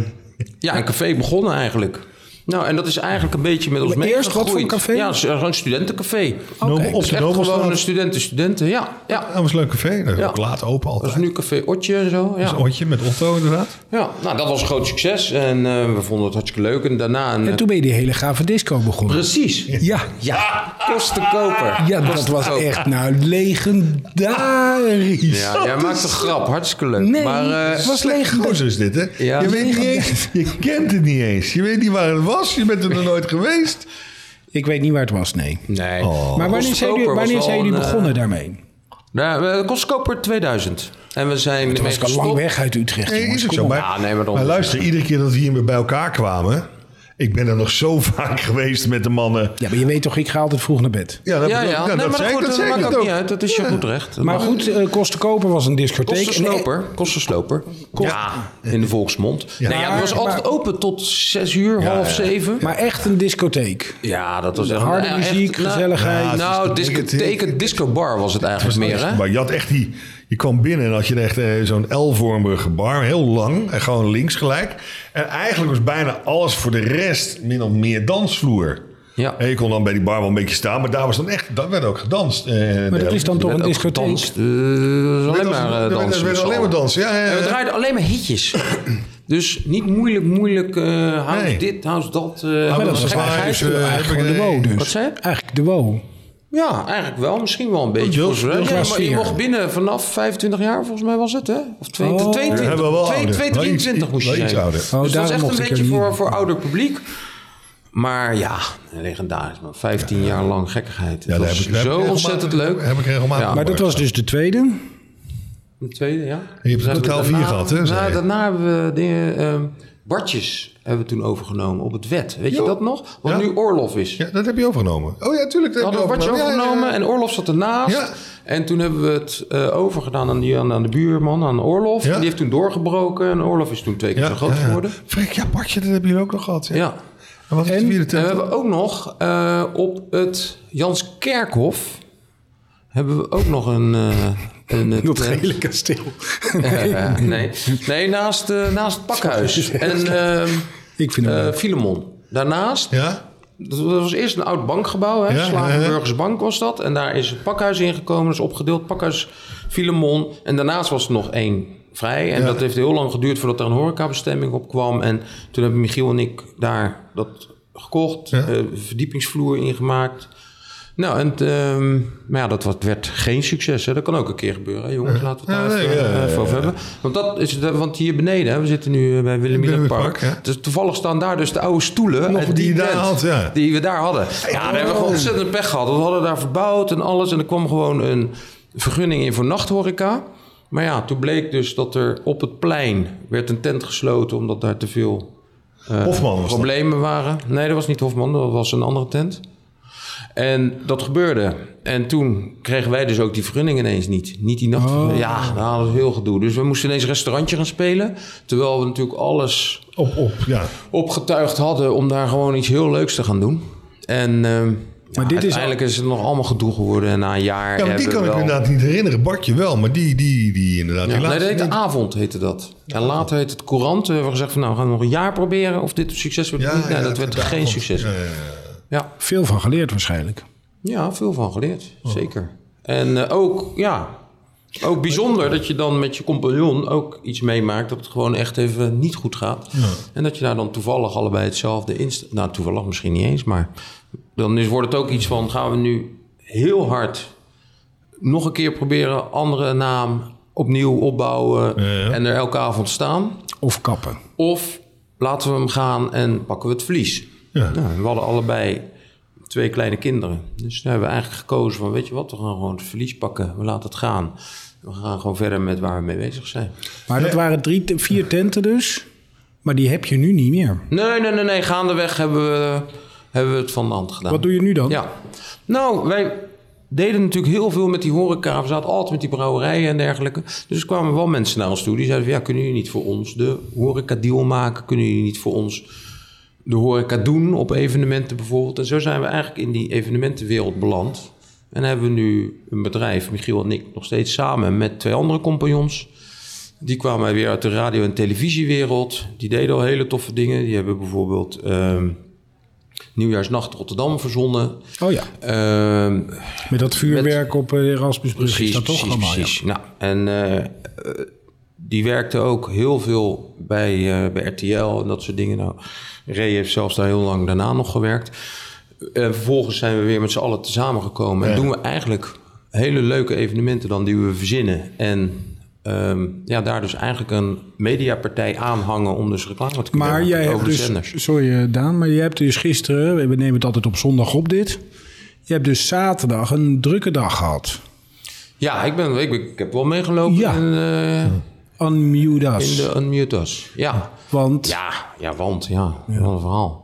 [SPEAKER 4] ja, een café begonnen eigenlijk. Nou, en dat is eigenlijk een beetje met ons
[SPEAKER 1] Maar eerst, wat voor
[SPEAKER 4] meegegroeid.
[SPEAKER 1] café?
[SPEAKER 4] Ja, zo'n studentencafé.
[SPEAKER 5] Nobel-
[SPEAKER 1] Oké,
[SPEAKER 5] op
[SPEAKER 4] Dus
[SPEAKER 5] de
[SPEAKER 4] echt gewoon een
[SPEAKER 5] Nobelstraat.
[SPEAKER 4] studenten, studenten. Ja, ja.
[SPEAKER 5] Dat was een leuk café. Dat is
[SPEAKER 4] Ja.
[SPEAKER 5] ook laat open
[SPEAKER 4] Dat is
[SPEAKER 5] altijd.
[SPEAKER 4] nu Café Otje en zo. Ja.
[SPEAKER 5] Dat is Otje met Otto inderdaad.
[SPEAKER 4] Ja, nou, dat was een groot succes en eh, we vonden het hartstikke leuk. En daarna een...
[SPEAKER 1] En toen ben je die hele gave disco begonnen.
[SPEAKER 4] Precies.
[SPEAKER 1] Ja.
[SPEAKER 4] Ja, kostenkoper.
[SPEAKER 1] Ja, dat was
[SPEAKER 4] Kostenkoper.
[SPEAKER 1] echt nou legendarisch.
[SPEAKER 4] Ja, jij maakt een grap, hartstikke leuk.
[SPEAKER 1] Nee,
[SPEAKER 4] maar, eh,
[SPEAKER 1] het was leeg.
[SPEAKER 5] Gozer is dit, hè?
[SPEAKER 4] Ja.
[SPEAKER 5] Je, weet niet eens, je kent het niet eens. Je weet niet waar het was. Je bent er nog nooit geweest.
[SPEAKER 1] Ik weet niet waar het was, nee.
[SPEAKER 4] nee.
[SPEAKER 1] Maar wanneer zijn jullie,
[SPEAKER 4] Kostenkoper Oh, was
[SPEAKER 1] wanneer
[SPEAKER 4] wel
[SPEAKER 1] zijn jullie
[SPEAKER 4] een, eh,
[SPEAKER 1] begonnen daarmee?
[SPEAKER 4] Nou, eh, kostenkoper 2000. En we zijn
[SPEAKER 1] Toen was ik al lang weg uit Utrecht.
[SPEAKER 5] Nee,
[SPEAKER 1] jongens,
[SPEAKER 5] is ook
[SPEAKER 1] kom
[SPEAKER 5] zo.
[SPEAKER 1] op.
[SPEAKER 5] Maar,
[SPEAKER 4] Ja, nee, maar dan-
[SPEAKER 5] maar luister, iedere keer dat we hier bij elkaar kwamen... Ik ben er nog zo vaak geweest met de mannen.
[SPEAKER 1] Ja, maar je weet toch, ik ga altijd vroeg naar bed.
[SPEAKER 5] Ja, dat,
[SPEAKER 4] Ja,
[SPEAKER 5] bedoel-
[SPEAKER 4] ja.
[SPEAKER 5] nou,
[SPEAKER 4] nee,
[SPEAKER 5] dat
[SPEAKER 4] maar
[SPEAKER 5] zei ik,
[SPEAKER 4] goed,
[SPEAKER 5] dat
[SPEAKER 4] dat
[SPEAKER 5] zei ik
[SPEAKER 4] maakt ook
[SPEAKER 5] net ook.
[SPEAKER 4] niet uit. Dat is je goed recht. Dat
[SPEAKER 1] Maar
[SPEAKER 4] mag.
[SPEAKER 1] goed, eh Kosten Koper was een discotheek.
[SPEAKER 4] Kostensloper. Kostensloper. Ja, in de volksmond. Nee, ja, het was
[SPEAKER 1] Maar-
[SPEAKER 4] altijd open tot 6 uur, half zeven.
[SPEAKER 1] En- maar echt een discotheek.
[SPEAKER 4] Ja, dat was echt...
[SPEAKER 1] Harde
[SPEAKER 4] nou, echt-
[SPEAKER 1] muziek,
[SPEAKER 4] nou,
[SPEAKER 1] gezelligheid.
[SPEAKER 5] Ja, het is
[SPEAKER 4] Nou,
[SPEAKER 5] toch
[SPEAKER 4] discotheek,
[SPEAKER 5] discotheek.
[SPEAKER 4] discobar was het eigenlijk meer, hè?
[SPEAKER 5] Maar je had echt die... Je kwam binnen en had je echt eh, zo'n L-vormige bar. Heel lang en gewoon links gelijk. En eigenlijk was bijna alles voor de rest min of meer dansvloer.
[SPEAKER 4] Ja.
[SPEAKER 5] En je kon dan bij die bar wel een beetje staan. Maar daar was dan echt... Daar werd ook gedanst. eh,
[SPEAKER 1] Maar dat is dan toch
[SPEAKER 4] Er
[SPEAKER 1] een
[SPEAKER 4] werd ook
[SPEAKER 1] discotheek?
[SPEAKER 4] gedanst. Eh, er was alleen
[SPEAKER 5] werd
[SPEAKER 4] maar
[SPEAKER 5] als-
[SPEAKER 4] eh,
[SPEAKER 5] er werd-
[SPEAKER 4] dansen.
[SPEAKER 5] Er werd
[SPEAKER 4] en zo.
[SPEAKER 5] alleen maar dansen. Ja, ja,
[SPEAKER 4] En we
[SPEAKER 5] ja.
[SPEAKER 4] draaiden alleen maar hitjes. Dus niet moeilijk, moeilijk. eh house
[SPEAKER 5] Nee. Ah,
[SPEAKER 4] dit, house dat. eh,
[SPEAKER 5] dat
[SPEAKER 4] allemaal
[SPEAKER 5] was
[SPEAKER 4] gekkigheid.
[SPEAKER 5] waar, dus, eh,
[SPEAKER 1] Eigenlijk
[SPEAKER 5] heb ik
[SPEAKER 1] gewoon de
[SPEAKER 5] er
[SPEAKER 1] WO
[SPEAKER 5] een.
[SPEAKER 1] dus.
[SPEAKER 4] Wat zei je? Dus
[SPEAKER 1] Eigenlijk de WO. Oh,
[SPEAKER 4] Ja, eigenlijk wel. Misschien wel een beetje.
[SPEAKER 5] heel-
[SPEAKER 4] volgens mij.
[SPEAKER 5] heel
[SPEAKER 4] Ja, maar je
[SPEAKER 1] sfeer.
[SPEAKER 4] mocht binnen vanaf 25 jaar, volgens mij was het, hè? Of
[SPEAKER 1] Oh.
[SPEAKER 4] 22,
[SPEAKER 5] Ja,
[SPEAKER 4] 22,
[SPEAKER 5] hebben we wel
[SPEAKER 4] twee-
[SPEAKER 5] ouder.
[SPEAKER 4] 22,
[SPEAKER 5] Wel iets-
[SPEAKER 4] 23 moest je
[SPEAKER 5] wel
[SPEAKER 4] zijn.
[SPEAKER 5] iets ouder. Oh,
[SPEAKER 4] dus dat
[SPEAKER 1] daarom
[SPEAKER 4] is echt
[SPEAKER 1] mocht
[SPEAKER 4] een
[SPEAKER 1] ik
[SPEAKER 4] beetje
[SPEAKER 1] er niet
[SPEAKER 4] voor,
[SPEAKER 1] in.
[SPEAKER 4] voor ouder publiek. Maar ja, legendarisch man. 15 jaar lang gekkigheid.
[SPEAKER 5] Ja,
[SPEAKER 4] dat
[SPEAKER 5] daar
[SPEAKER 4] was
[SPEAKER 5] heb ik- daar heb
[SPEAKER 4] zo
[SPEAKER 5] ik regelmatig-
[SPEAKER 4] ontzettend leuk.
[SPEAKER 5] Heb ik regelmatig.
[SPEAKER 4] Ja.
[SPEAKER 1] Maar dat was dus de tweede.
[SPEAKER 4] De tweede, ja.
[SPEAKER 5] Je hebt
[SPEAKER 4] Toen
[SPEAKER 5] in
[SPEAKER 4] hebben
[SPEAKER 5] totaal
[SPEAKER 4] we
[SPEAKER 5] vier
[SPEAKER 4] daarna-
[SPEAKER 5] gehad, hè, zei
[SPEAKER 4] daarna- nou,
[SPEAKER 5] je?
[SPEAKER 4] daarna hebben we dingen... ehm, Bartjes hebben we toen overgenomen op het wet. Weet je
[SPEAKER 5] Jo.
[SPEAKER 4] dat nog? Wat
[SPEAKER 5] Ja.
[SPEAKER 4] nu Orlof is.
[SPEAKER 5] Ja, dat heb je overgenomen. Oh ja, tuurlijk. Dat
[SPEAKER 4] We
[SPEAKER 5] heb je
[SPEAKER 4] hadden Bartje
[SPEAKER 5] Ja, ja, ja.
[SPEAKER 4] overgenomen en Orlof zat ernaast.
[SPEAKER 5] Ja.
[SPEAKER 4] En toen hebben we het eh, overgedaan aan, die, aan, aan de buurman, aan Orlof.
[SPEAKER 5] Ja.
[SPEAKER 4] En die heeft toen doorgebroken en Orlof is toen twee keer zo groot geworden.
[SPEAKER 5] Freek, ja, Bartje, dat hebben jullie ook nog gehad. Ja.
[SPEAKER 4] Ja.
[SPEAKER 5] En wat is de vierde
[SPEAKER 4] En we
[SPEAKER 5] tent?
[SPEAKER 4] hebben ook nog eh, op het Jans Kerkhof... hebben we ook nog een... eh, een eh,
[SPEAKER 1] Dat
[SPEAKER 4] tent.
[SPEAKER 1] gele kasteel.
[SPEAKER 4] Eh, nee. nee, naast, eh, naast het pakhuis. En ehm
[SPEAKER 1] Ik vind hem
[SPEAKER 4] eh,
[SPEAKER 1] leuk.
[SPEAKER 4] Filemon. Daarnaast,
[SPEAKER 5] Ja?
[SPEAKER 4] dat was eerst een oud bankgebouw. Hè?
[SPEAKER 5] Ja,
[SPEAKER 4] Slavenburgers Bank was dat. En daar is het pakhuis ingekomen. Dat is opgedeeld. Pakhuis Filemon. En daarnaast was er nog één vrij. En dat heeft heel lang geduurd voordat er een horecabestemming op kwam. En toen hebben Michiel en ik daar dat gekocht. eh, verdiepingsvloer ingemaakt. Nou, en, ehm, maar ja, dat wat- werd geen succes. Hè. Dat kan ook een keer gebeuren. Hè, jongens, laten we het daar
[SPEAKER 5] Ja, nee,
[SPEAKER 4] even,
[SPEAKER 5] ja, ja,
[SPEAKER 4] eh, even over hebben. Want, dat is, de- want hier beneden, hè, we zitten nu eh, bij Willemina
[SPEAKER 5] Willemina
[SPEAKER 4] Park.
[SPEAKER 5] Park, ja.
[SPEAKER 4] dus toevallig staan daar dus de oude stoelen.
[SPEAKER 5] Nog
[SPEAKER 4] uit
[SPEAKER 5] die je daar
[SPEAKER 4] tent
[SPEAKER 5] had, ja.
[SPEAKER 4] Die we daar hadden. Ja, daar hebben we gewoon ontzettend pech gehad. Want We hadden daar verbouwd en alles. En er kwam gewoon een vergunning in voor nachthoreca. Maar ja, toen bleek dus dat er op het plein werd een tent gesloten... omdat daar te veel Eh,
[SPEAKER 5] Hofman was dat.
[SPEAKER 4] problemen waren. Nee, dat was niet Hofman, dat was een andere tent. En dat gebeurde. En toen kregen wij dus ook die vergunning ineens niet. Niet die nacht. Ja, nou, dat was heel gedoe. Dus we moesten ineens een restaurantje gaan spelen. Terwijl we natuurlijk alles
[SPEAKER 5] Op, op, ja.
[SPEAKER 4] opgetuigd hadden om daar gewoon iets heel leuks te gaan doen. En ehm maar
[SPEAKER 1] dit is
[SPEAKER 4] uiteindelijk is, het nog allemaal gedoe geworden. En na een jaar
[SPEAKER 5] Ja, maar die
[SPEAKER 4] hebben
[SPEAKER 5] kan
[SPEAKER 4] we
[SPEAKER 5] ik
[SPEAKER 4] wel...
[SPEAKER 5] inderdaad niet herinneren. Bartje wel, maar die, die, die inderdaad.
[SPEAKER 4] Ja,
[SPEAKER 5] die
[SPEAKER 4] nee, Ah, dat
[SPEAKER 5] laatste
[SPEAKER 4] heette
[SPEAKER 5] niet.
[SPEAKER 4] Avond, heette dat. En later heette het Courant. We hebben gezegd van nou, we gaan nog een jaar proberen of dit een succes wordt. of
[SPEAKER 5] Ja,
[SPEAKER 4] niet. Nou,
[SPEAKER 5] ja,
[SPEAKER 4] dat werd
[SPEAKER 5] de
[SPEAKER 4] geen
[SPEAKER 5] avond.
[SPEAKER 4] succes.
[SPEAKER 5] Ja, ja, ja.
[SPEAKER 4] ja.
[SPEAKER 1] Veel van geleerd waarschijnlijk.
[SPEAKER 4] Ja, veel van geleerd.
[SPEAKER 5] Oh.
[SPEAKER 4] Zeker. En eh, ook, ja, ook bijzonder dat je dan met je compagnon ook iets meemaakt dat het gewoon echt even niet goed gaat. En dat je daar dan toevallig allebei hetzelfde in sta- Nou, toevallig misschien niet eens, maar dan is, wordt het ook iets van: gaan we nu heel hard nog een keer proberen, andere naam opnieuw opbouwen
[SPEAKER 5] Ja, ja.
[SPEAKER 4] en er elke avond staan?
[SPEAKER 1] Of kappen.
[SPEAKER 4] Of laten we hem gaan en pakken we het verlies.
[SPEAKER 5] Ja.
[SPEAKER 4] Nou, we hadden allebei twee kleine kinderen. Dus daar hebben we eigenlijk gekozen van, weet je wat, we gaan gewoon het verlies pakken. We laten het gaan. We gaan gewoon verder met waar we mee bezig zijn.
[SPEAKER 1] Maar dat waren drie, te- vier tenten dus. Maar die heb je nu niet meer.
[SPEAKER 4] Nee, nee, nee, nee. Gaandeweg hebben we, hebben we het van de hand gedaan.
[SPEAKER 1] Wat doe je nu dan?
[SPEAKER 4] Ja. Nou, wij deden natuurlijk heel veel met die horeca. We zaten altijd met die brouwerijen en dergelijke. Dus er kwamen wel mensen naar ons toe. Die zeiden van, ja, kunnen jullie niet voor ons de horeca deal maken? Kunnen jullie niet voor ons de horeca doen op evenementen bijvoorbeeld? En zo zijn we eigenlijk in die evenementenwereld beland. En hebben we nu een bedrijf, Michiel en ik, nog steeds samen met twee andere compagnons. Die kwamen weer uit de radio- en televisiewereld. Die deden al hele toffe dingen. Die hebben bijvoorbeeld ehm, Nieuwjaarsnacht Rotterdam verzonnen.
[SPEAKER 1] Oh ja,
[SPEAKER 4] Ehm,
[SPEAKER 1] met dat vuurwerk op eh, Erasmusbrug is dat toch allemaal. ja.
[SPEAKER 4] Nou, en eh, eh, die werkte ook heel veel bij, eh, bij RTL en dat soort dingen. Nou, Ray heeft zelfs daar heel lang daarna nog gewerkt. En vervolgens zijn we weer met z'n allen tezamen gekomen. En doen we eigenlijk hele leuke evenementen dan die we verzinnen. En ehm, ja, daar dus eigenlijk een mediapartij aan hangen om dus reclame te kunnen
[SPEAKER 1] Maar
[SPEAKER 4] maken
[SPEAKER 1] jij
[SPEAKER 4] over
[SPEAKER 1] hebt
[SPEAKER 4] de
[SPEAKER 1] dus,
[SPEAKER 4] zenders.
[SPEAKER 1] sorry eh, Daan, maar je hebt dus gisteren, we nemen het altijd op zondag op dit. Je hebt dus zaterdag een drukke dag gehad.
[SPEAKER 4] Ja, ik, ben, ik, ben- ik heb wel meegelopen
[SPEAKER 1] Ja.
[SPEAKER 4] in, eh,
[SPEAKER 1] Unmute
[SPEAKER 4] in
[SPEAKER 1] us.
[SPEAKER 4] de Unmute Us. Ja.
[SPEAKER 1] Want
[SPEAKER 4] Ja, ja want ja, wat een verhaal.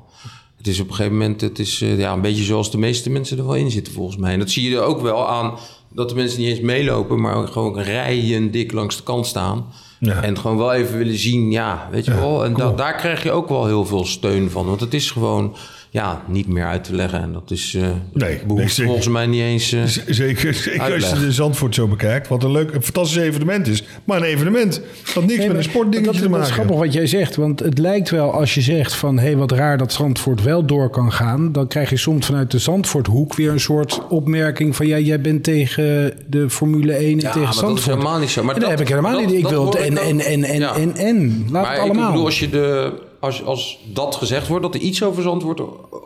[SPEAKER 4] Het is op een gegeven moment, het is eh, ja, een beetje zoals de meeste mensen er wel in zitten volgens mij. En dat zie je er ook wel aan dat de mensen niet eens meelopen, maar gewoon rijen dik langs de kant staan.
[SPEAKER 5] Ja.
[SPEAKER 4] En gewoon wel even willen zien, ja, weet je wel. En da- daar krijg je ook wel heel veel steun van. Want het is gewoon, ja, niet meer uit te leggen. En dat is, eh
[SPEAKER 5] nee,
[SPEAKER 4] behoeft
[SPEAKER 5] zeker.
[SPEAKER 4] volgens mij niet eens... eh,
[SPEAKER 5] Z- Zeker, zeker als je
[SPEAKER 4] Uitleg.
[SPEAKER 5] de Zandvoort zo bekijkt. Wat een leuk, een fantastisch evenement is. Maar een evenement dat niks
[SPEAKER 1] Nee,
[SPEAKER 5] met een
[SPEAKER 1] maar dat,
[SPEAKER 5] sportdingetje
[SPEAKER 1] is-
[SPEAKER 5] te
[SPEAKER 1] Dat is
[SPEAKER 5] maken.
[SPEAKER 1] grappig wat jij zegt, want het lijkt wel als je zegt van... hé, hey, wat raar dat Zandvoort wel door kan gaan... dan krijg je soms vanuit de Zandvoorthoek weer een soort opmerking van... ja, jij bent tegen de Formule 1 en
[SPEAKER 4] Ja,
[SPEAKER 1] tegen
[SPEAKER 4] maar dat is
[SPEAKER 1] Zandvoort.
[SPEAKER 4] helemaal niet zo. Maar
[SPEAKER 1] En dat,
[SPEAKER 4] dat-
[SPEAKER 1] heb ik helemaal
[SPEAKER 4] dat-
[SPEAKER 1] niet. Ik
[SPEAKER 4] dat
[SPEAKER 1] wil het
[SPEAKER 4] hoor ik
[SPEAKER 1] en, en,
[SPEAKER 4] ook.
[SPEAKER 1] en, en,
[SPEAKER 4] Ja.
[SPEAKER 1] en, en. Laat het
[SPEAKER 4] maar
[SPEAKER 1] allemaal.
[SPEAKER 4] ik bedoel, als, je de, als, als dat gezegd wordt, dat er iets over verantwoord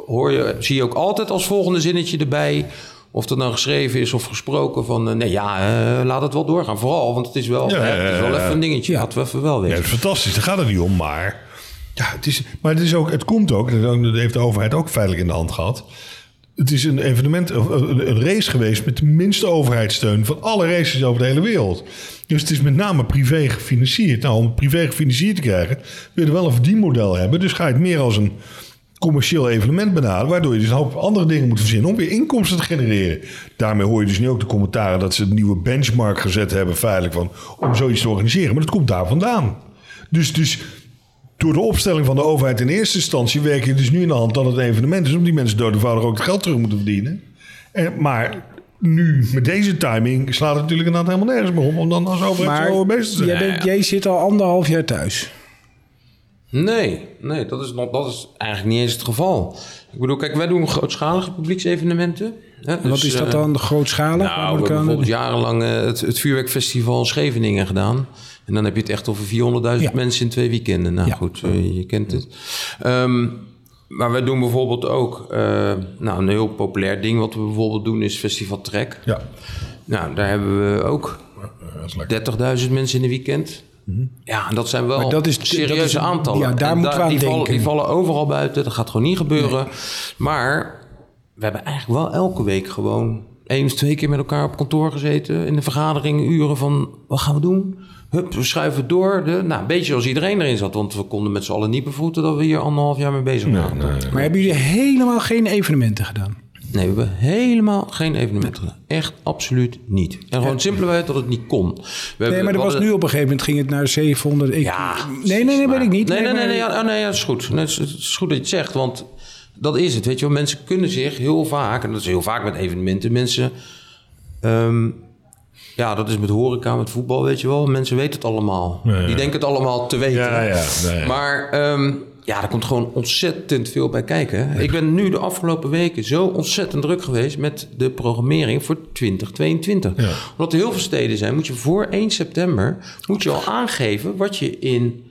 [SPEAKER 4] hoor je, zie je ook altijd als volgende zinnetje erbij. Of dat nou geschreven is of gesproken van, eh, nee ja, eh, laat het wel doorgaan. Vooral, want het is wel,
[SPEAKER 5] Ja,
[SPEAKER 4] hè, het is wel
[SPEAKER 5] ja, ja.
[SPEAKER 4] even een dingetje. Laten we even wel
[SPEAKER 5] Ja,
[SPEAKER 4] weten.
[SPEAKER 5] het is fantastisch, daar gaat het niet om. Maar, ja, het, is, maar het, is ook, het komt ook, dat heeft de overheid ook feitelijk in de hand gehad. Het is een evenement, of een een race geweest met de minste overheidssteun van alle races over de hele wereld. Dus het is met name privé gefinancierd. Nou, om het privé gefinancierd te krijgen, wil je wel een verdienmodel hebben. Dus ga je het meer als een commercieel evenement benaderen, waardoor je dus een hoop andere dingen moet verzinnen om weer inkomsten te genereren. Daarmee hoor je dus nu ook de commentaren dat ze een nieuwe benchmark gezet hebben, feitelijk, van, om zoiets te organiseren. Maar dat komt daar vandaan. Dus, dus door de opstelling van de overheid in eerste instantie werk je dus nu in de hand dat het evenement is, om die mensen doodvoudig ook het geld terug moeten verdienen. En, maar nu, met deze timing, slaat het natuurlijk inderdaad helemaal nergens meer om, om dan als overheid
[SPEAKER 1] maar
[SPEAKER 5] zo bezig te zijn.
[SPEAKER 1] jij, bent, jij zit al anderhalf jaar thuis.
[SPEAKER 4] Nee, nee dat, is nog, dat is eigenlijk niet eens het geval. Ik bedoel, kijk, wij doen grootschalige publieksevenementen. Hè,
[SPEAKER 1] En
[SPEAKER 4] dus,
[SPEAKER 1] wat is dat
[SPEAKER 4] eh,
[SPEAKER 1] dan, grootschalig?
[SPEAKER 4] Nou, we
[SPEAKER 1] Waar moet
[SPEAKER 4] hebben
[SPEAKER 1] ik aan-
[SPEAKER 4] bijvoorbeeld jarenlang eh, het, het vuurwerkfestival in Scheveningen gedaan. En dan heb je het echt over 400.000
[SPEAKER 1] Ja.
[SPEAKER 4] mensen in twee weekenden. Nou
[SPEAKER 1] Ja.
[SPEAKER 4] goed, eh, je kent het. Ehm, Maar we doen bijvoorbeeld ook, eh, nou een heel populair ding wat we bijvoorbeeld doen is Festival Trek.
[SPEAKER 5] Ja,
[SPEAKER 4] Nou, daar hebben we ook
[SPEAKER 5] Ja, eh, dat is lekker. Mhm.
[SPEAKER 4] 30.000 mensen in een weekend. Ja, en dat zijn wel
[SPEAKER 1] Maar dat is-
[SPEAKER 4] serieuze
[SPEAKER 1] dat is-
[SPEAKER 4] aantallen.
[SPEAKER 1] ja, daar
[SPEAKER 4] En
[SPEAKER 1] moeten we aan
[SPEAKER 4] die Vallen,
[SPEAKER 1] denken.
[SPEAKER 4] die vallen overal buiten, dat gaat gewoon niet gebeuren. Maar we hebben eigenlijk wel elke week gewoon één of twee keer met elkaar op kantoor gezeten. In de vergaderingen, uren van wat gaan we doen? Hup, we schuiven het door. De, nou, een beetje als iedereen erin zat, want we konden met z'n allen niet bevoeten dat we hier anderhalf jaar mee bezig waren. Nee,
[SPEAKER 1] Maar hebben jullie helemaal geen evenementen gedaan?
[SPEAKER 4] we hebben helemaal geen evenement gedaan. Echt absoluut niet. En gewoon simpelweg dat het niet kon. We
[SPEAKER 1] Nee, maar
[SPEAKER 4] hebben- we
[SPEAKER 1] er was
[SPEAKER 4] hadden-
[SPEAKER 1] nu op een gegeven moment ging het naar 700. Ik,
[SPEAKER 4] Ja,
[SPEAKER 1] nee, nee, nee, weet ik niet.
[SPEAKER 4] Nee, nee, nee, nee,
[SPEAKER 1] maar-
[SPEAKER 4] ja, oh, nee, ja, dat is goed. Nee, het, is, het is goed dat je het zegt, want dat is het. Weet je wel, mensen kunnen zich heel vaak, en dat is heel vaak met evenementen, mensen. ehm, ja, dat is met horeca, met voetbal, weet je wel. Mensen weten het allemaal.
[SPEAKER 5] Ja, ja.
[SPEAKER 4] Die denken het allemaal te weten.
[SPEAKER 5] Ja, ja, ja, ja.
[SPEAKER 4] Maar ehm, ja, daar komt gewoon ontzettend veel bij kijken. hè. Ik ben nu de afgelopen weken zo ontzettend druk geweest met de programmering voor 2022.
[SPEAKER 5] Ja.
[SPEAKER 4] Omdat er heel veel steden zijn, moet je voor 1 september moet je al aangeven wat je in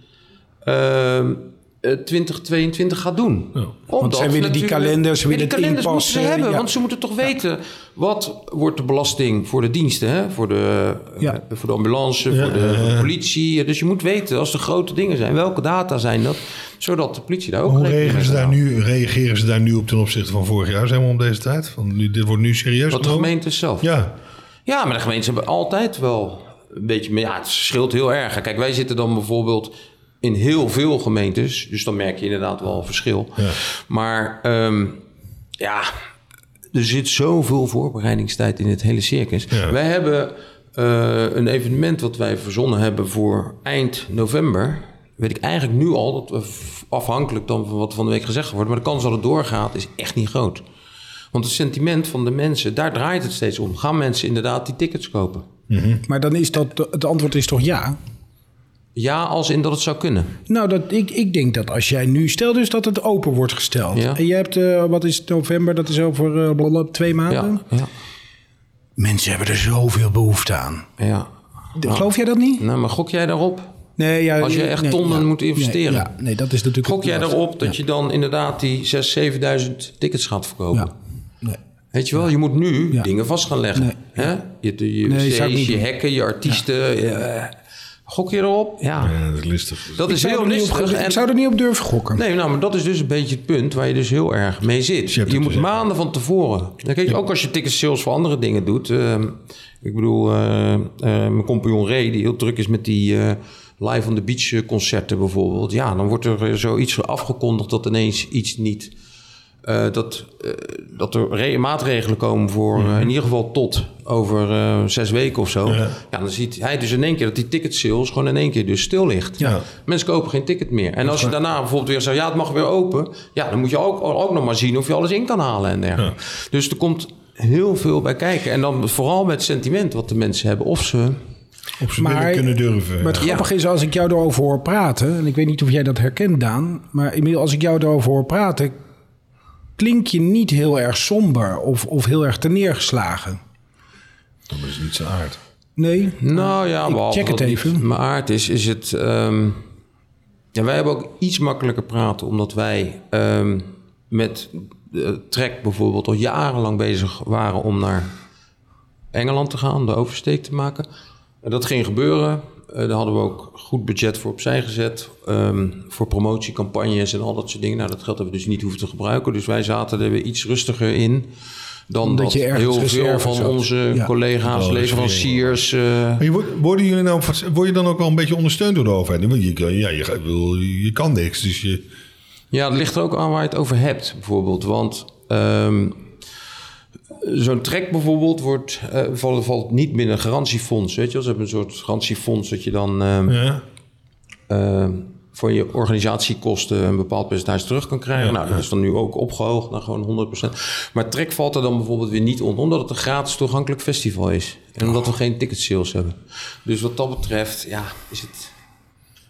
[SPEAKER 4] ehm, eh, 2022 gaat doen.
[SPEAKER 1] Want zij willen die
[SPEAKER 4] natuurlijk-
[SPEAKER 1] kalenders, ze
[SPEAKER 4] Ja,
[SPEAKER 1] willen
[SPEAKER 4] die
[SPEAKER 1] het
[SPEAKER 4] kalenders moeten ze
[SPEAKER 1] inpassen,
[SPEAKER 4] hebben,
[SPEAKER 1] ja.
[SPEAKER 4] want ze moeten toch weten wat wordt de belasting voor de diensten, hè? Voor, de, eh,
[SPEAKER 1] Ja.
[SPEAKER 4] voor de ambulance, voor, de,
[SPEAKER 5] eh,
[SPEAKER 4] voor de politie. Dus je moet weten, als er grote dingen zijn, welke data zijn dat, zodat de politie daar ook
[SPEAKER 5] Hoe
[SPEAKER 4] rekening
[SPEAKER 5] reageren
[SPEAKER 4] mee
[SPEAKER 5] ze, daar
[SPEAKER 4] kan houden.
[SPEAKER 5] nu, reageren ze daar nu op ten opzichte van vorig jaar? Zijn we om deze tijd? Van, nu- dit wordt nu serieus
[SPEAKER 4] Wat de
[SPEAKER 5] genomen?
[SPEAKER 4] gemeente zelf.
[SPEAKER 5] Ja,
[SPEAKER 4] Ja, maar de gemeentes hebben altijd wel een beetje... Maar ja, het scheelt heel erg. Kijk, wij zitten dan bijvoorbeeld in heel veel gemeentes. Dus dan merk je inderdaad wel een verschil. Maar ehm, ja, er zit zoveel voorbereidingstijd in het hele circus.
[SPEAKER 5] Ja.
[SPEAKER 4] Wij hebben eh, een evenement wat wij verzonnen hebben voor eind november... Weet ik eigenlijk nu al, dat we f- afhankelijk dan van wat van de week gezegd wordt... maar de kans dat het doorgaat is echt niet groot. Want het sentiment van de mensen, daar draait het steeds om. Gaan mensen inderdaad die tickets kopen?
[SPEAKER 1] Maar dan is dat, het antwoord is toch ja?
[SPEAKER 4] Ja, als in dat het zou kunnen.
[SPEAKER 1] Nou, dat, ik, ik denk dat als jij nu... Stel dus dat het open wordt gesteld.
[SPEAKER 4] Ja.
[SPEAKER 1] En je hebt, eh, wat is het, november? Dat is over eh, blablabla, twee maanden.
[SPEAKER 4] Ja, ja,
[SPEAKER 1] Mensen hebben er zoveel behoefte aan.
[SPEAKER 4] ja.
[SPEAKER 1] Geloof jij dat niet?
[SPEAKER 4] Nou, maar gok jij daarop?
[SPEAKER 1] Nee, ja,
[SPEAKER 4] Als je echt
[SPEAKER 1] nee,
[SPEAKER 4] tonnen
[SPEAKER 1] ja.
[SPEAKER 4] moet investeren.
[SPEAKER 1] Nee, ja, nee, dat is natuurlijk...
[SPEAKER 4] Gok jij
[SPEAKER 1] ook-
[SPEAKER 4] daarop dat je dan inderdaad die 6.000, 7.000 tickets gaat verkopen?
[SPEAKER 1] Ja. Nee.
[SPEAKER 4] Weet je wel, je moet nu
[SPEAKER 1] Ja.
[SPEAKER 4] dingen vast gaan leggen.
[SPEAKER 1] Nee.
[SPEAKER 4] Hè? Je, je, je,
[SPEAKER 1] Nee, zou ik
[SPEAKER 4] stage,
[SPEAKER 1] niet
[SPEAKER 4] je
[SPEAKER 1] doen.
[SPEAKER 4] hekken, je artiesten. je- eh, gok je erop? Ja.
[SPEAKER 5] Ja, dat is listig.
[SPEAKER 4] Dat is
[SPEAKER 1] Ik zou
[SPEAKER 4] heel
[SPEAKER 1] er niet op-
[SPEAKER 4] listig.
[SPEAKER 1] Ik
[SPEAKER 4] en-
[SPEAKER 1] zou er niet op durven gokken.
[SPEAKER 4] Nee, nou, maar dat is dus een beetje het punt waar je dus heel erg mee zit.
[SPEAKER 5] Je
[SPEAKER 4] Je,
[SPEAKER 5] hebt het dus-
[SPEAKER 4] moet
[SPEAKER 5] gezegd.
[SPEAKER 4] maanden van tevoren. Dan kijk, Ook als je ticket sales voor andere dingen doet. ehm, ik bedoel, eh, eh, mijn compagnon Ray, die heel druk is met die eh, Live on the Beach eh, concerten bijvoorbeeld. Ja, dan wordt er eh, zoiets afgekondigd dat ineens iets niet... eh, dat, eh, dat er re- maatregelen komen voor eh, in ieder geval tot over eh, zes weken of zo. Ja. dan ziet hij dus in één keer dat die ticket sales gewoon in één keer dus stil ligt.
[SPEAKER 5] Ja.
[SPEAKER 4] Mensen kopen geen ticket meer. En als je daarna bijvoorbeeld weer zegt, ja, het mag weer open. Ja, dan moet je ook, ook nog maar zien of je alles in kan halen en dergelijke. Dus er komt heel veel bij kijken. En dan vooral met het sentiment wat de mensen hebben. Of ze...
[SPEAKER 5] Op z'n willen kunnen durven.
[SPEAKER 1] Maar het grappige is, als ik jou erover hoor praten... en ik weet niet of jij dat herkent, Daan... maar Emiel, als ik jou erover hoor praten... klink je niet heel erg somber of, of heel erg terneergeslagen.
[SPEAKER 5] Dat is niet zijn aard.
[SPEAKER 1] Nee?
[SPEAKER 4] Nou ja, behalve
[SPEAKER 1] check het
[SPEAKER 4] dat
[SPEAKER 1] even.
[SPEAKER 4] niet mijn aard is, is het... ehm, ja, wij hebben ook iets makkelijker praten, omdat wij ehm, met de Trek bijvoorbeeld al jarenlang bezig waren om naar Engeland te gaan, de oversteek te maken. En dat ging gebeuren. Eh, daar hadden we ook goed budget voor opzij gezet. ehm, voor promotiecampagnes en al dat soort dingen. Nou, dat geld hebben we dus niet hoeven te gebruiken. Dus wij zaten er weer iets rustiger in. Dan
[SPEAKER 1] Omdat
[SPEAKER 4] dat
[SPEAKER 1] je ergens
[SPEAKER 4] heel veel
[SPEAKER 1] reserves
[SPEAKER 4] van
[SPEAKER 1] had.
[SPEAKER 4] onze
[SPEAKER 1] Ja.
[SPEAKER 4] collega's,
[SPEAKER 5] Oh, dat is
[SPEAKER 4] leveranciers. eh,
[SPEAKER 5] Maar je wordt- worden jullie nou, word je dan ook wel een beetje ondersteund door de overheid? Want Je, kan- ja, je, gaat- ik bedoel, je kan niks, dus je...
[SPEAKER 4] Ja, het ligt er ook aan waar je het over hebt, bijvoorbeeld. Want ehm, zo'n trek bijvoorbeeld wordt, eh, valt, valt niet binnen een garantiefonds. Weet je wel? Ze hebben een soort garantiefonds dat je dan ehm,
[SPEAKER 5] Ja.
[SPEAKER 4] eh, voor je organisatiekosten een bepaald percentage terug kan krijgen. nou, dat is dan nu ook opgehoogd naar gewoon 100%. Maar trek valt er dan bijvoorbeeld weer niet onder, omdat het een gratis toegankelijk festival is. En omdat we geen ticket sales hebben. Dus wat dat betreft, ja, is het.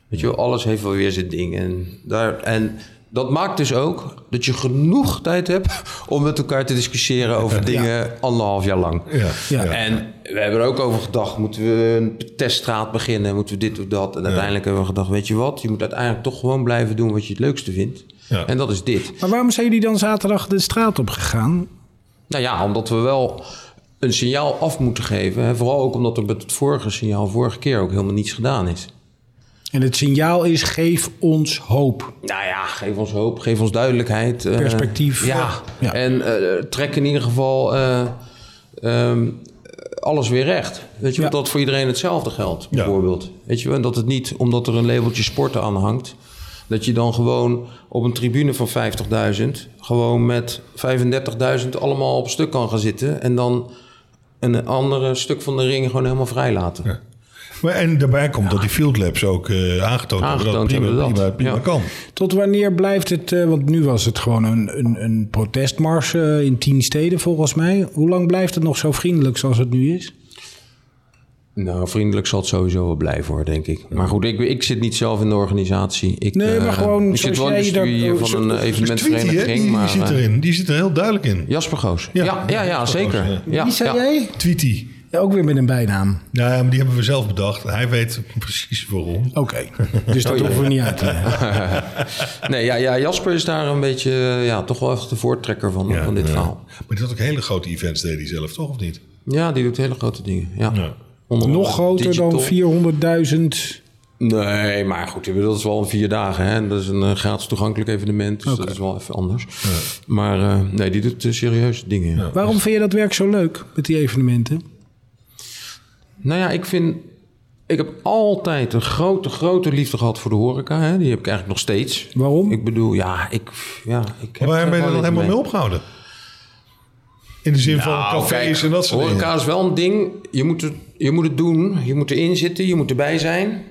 [SPEAKER 4] Weet je wel, alles heeft wel weer zijn ding. En, daar, en dat maakt dus ook dat je genoeg tijd hebt om met elkaar te discussiëren over dingen anderhalf jaar lang.
[SPEAKER 5] Ja,
[SPEAKER 1] Ja.
[SPEAKER 5] ja.
[SPEAKER 4] En we hebben er ook over gedacht, moeten we een teststraat beginnen? Moeten we dit of dat? En uiteindelijk hebben we gedacht, weet je wat? Je moet uiteindelijk toch gewoon blijven doen wat je het leukste vindt.
[SPEAKER 5] Ja.
[SPEAKER 4] En dat is dit.
[SPEAKER 1] Maar waarom zijn jullie dan zaterdag de straat op gegaan?
[SPEAKER 4] Nou ja, omdat we wel een signaal af moeten geven. En vooral ook omdat er met het vorige signaal, vorige keer, ook helemaal niets gedaan is.
[SPEAKER 1] En het signaal is: geef ons hoop.
[SPEAKER 4] Nou ja, geef ons hoop, geef ons duidelijkheid. eh,
[SPEAKER 1] Perspectief.
[SPEAKER 4] ja.
[SPEAKER 1] Ja.
[SPEAKER 4] en eh, trek in ieder geval eh, ehm, alles weer recht. Weet je,
[SPEAKER 1] Ja.
[SPEAKER 4] want dat voor iedereen hetzelfde geldt, bijvoorbeeld. Weet je, wel, en dat het niet, omdat er een labeltje sporten aan hangt... dat je dan gewoon op een tribune van 50.000... gewoon met 35.000 allemaal op stuk kan gaan zitten... en dan een andere stuk van de ring gewoon helemaal vrij laten.
[SPEAKER 5] Maar, en daarbij komt dat die field labs ook eh aangetoond, hebben dat
[SPEAKER 4] Aangetoond
[SPEAKER 5] prima,
[SPEAKER 4] hebben dat.
[SPEAKER 5] prima, prima
[SPEAKER 4] Ja. Dus
[SPEAKER 5] kan.
[SPEAKER 1] Tot wanneer blijft het? eh, want nu was het gewoon een, een, een protestmars eh, in tien steden volgens mij. Hoe lang blijft het nog zo vriendelijk zoals het nu is?
[SPEAKER 4] Nou, vriendelijk zal het sowieso wel blijven hoor, denk ik. Maar goed, ik, ik zit niet zelf in de organisatie. Ik,
[SPEAKER 1] Nee, maar
[SPEAKER 4] eh,
[SPEAKER 1] gewoon
[SPEAKER 4] Ik zit
[SPEAKER 1] zoals
[SPEAKER 4] wel in het
[SPEAKER 1] jij daar-
[SPEAKER 4] bestuur
[SPEAKER 1] zo-
[SPEAKER 4] van een
[SPEAKER 5] Dus Tweety, hè, die,
[SPEAKER 4] evenementvereniging.
[SPEAKER 5] die
[SPEAKER 4] Maar,
[SPEAKER 5] zit
[SPEAKER 4] eh,
[SPEAKER 5] erin. Die zit er heel duidelijk in.
[SPEAKER 4] Jasper Goos.
[SPEAKER 5] Ja.
[SPEAKER 4] Ja, ja, ja,
[SPEAKER 5] Jasper
[SPEAKER 4] zeker.
[SPEAKER 5] Goos,
[SPEAKER 4] ja.
[SPEAKER 1] Wie zei
[SPEAKER 4] ja.
[SPEAKER 1] jij?
[SPEAKER 5] Tweety.
[SPEAKER 1] Ja, ook weer met een bijnaam.
[SPEAKER 5] Nou ja, maar die hebben we zelf bedacht. Hij weet precies waarom.
[SPEAKER 1] Oké, dus
[SPEAKER 4] Oh,
[SPEAKER 1] dat hoeven we niet uit te leggen.
[SPEAKER 4] Nee, ja, ja, Jasper is daar een beetje, eh, ja, toch wel echt de voortrekker van,
[SPEAKER 5] Ja,
[SPEAKER 4] van dit
[SPEAKER 5] ja.
[SPEAKER 4] verhaal.
[SPEAKER 5] Maar die had ook hele grote events, deed hij zelf, toch? Of niet?
[SPEAKER 4] Ja, die doet hele grote dingen. Ja.
[SPEAKER 5] Ja.
[SPEAKER 4] Onder-
[SPEAKER 1] Nog groter dan
[SPEAKER 4] digital.
[SPEAKER 1] 400.000.
[SPEAKER 4] Nee, maar goed, ik bedoel, dat is wel een vier dagen. Hè? En Dat is een eh, gratis toegankelijk evenement, dus dat is wel even anders. Maar eh, nee, die doet eh, serieuze dingen. ja.
[SPEAKER 1] Waarom vind je dat werk zo leuk met die evenementen?
[SPEAKER 4] Nou ja, ik vind. Ik heb altijd een grote, grote liefde gehad voor de horeca. Hè? Die heb ik eigenlijk nog steeds.
[SPEAKER 1] Waarom?
[SPEAKER 4] Ik bedoel, ja, ik. Ja, ik heb
[SPEAKER 5] Waar
[SPEAKER 4] er
[SPEAKER 5] ben
[SPEAKER 4] gewoon
[SPEAKER 5] je er dan
[SPEAKER 4] niet
[SPEAKER 5] helemaal mee opgehouden? In de zin van
[SPEAKER 4] Nou,
[SPEAKER 5] cafés
[SPEAKER 4] kijk,
[SPEAKER 5] en dat soort
[SPEAKER 4] horeca
[SPEAKER 5] dingen.
[SPEAKER 4] is wel een ding. Je moet, het, je moet het doen. Je moet erin zitten. Je moet erbij zijn.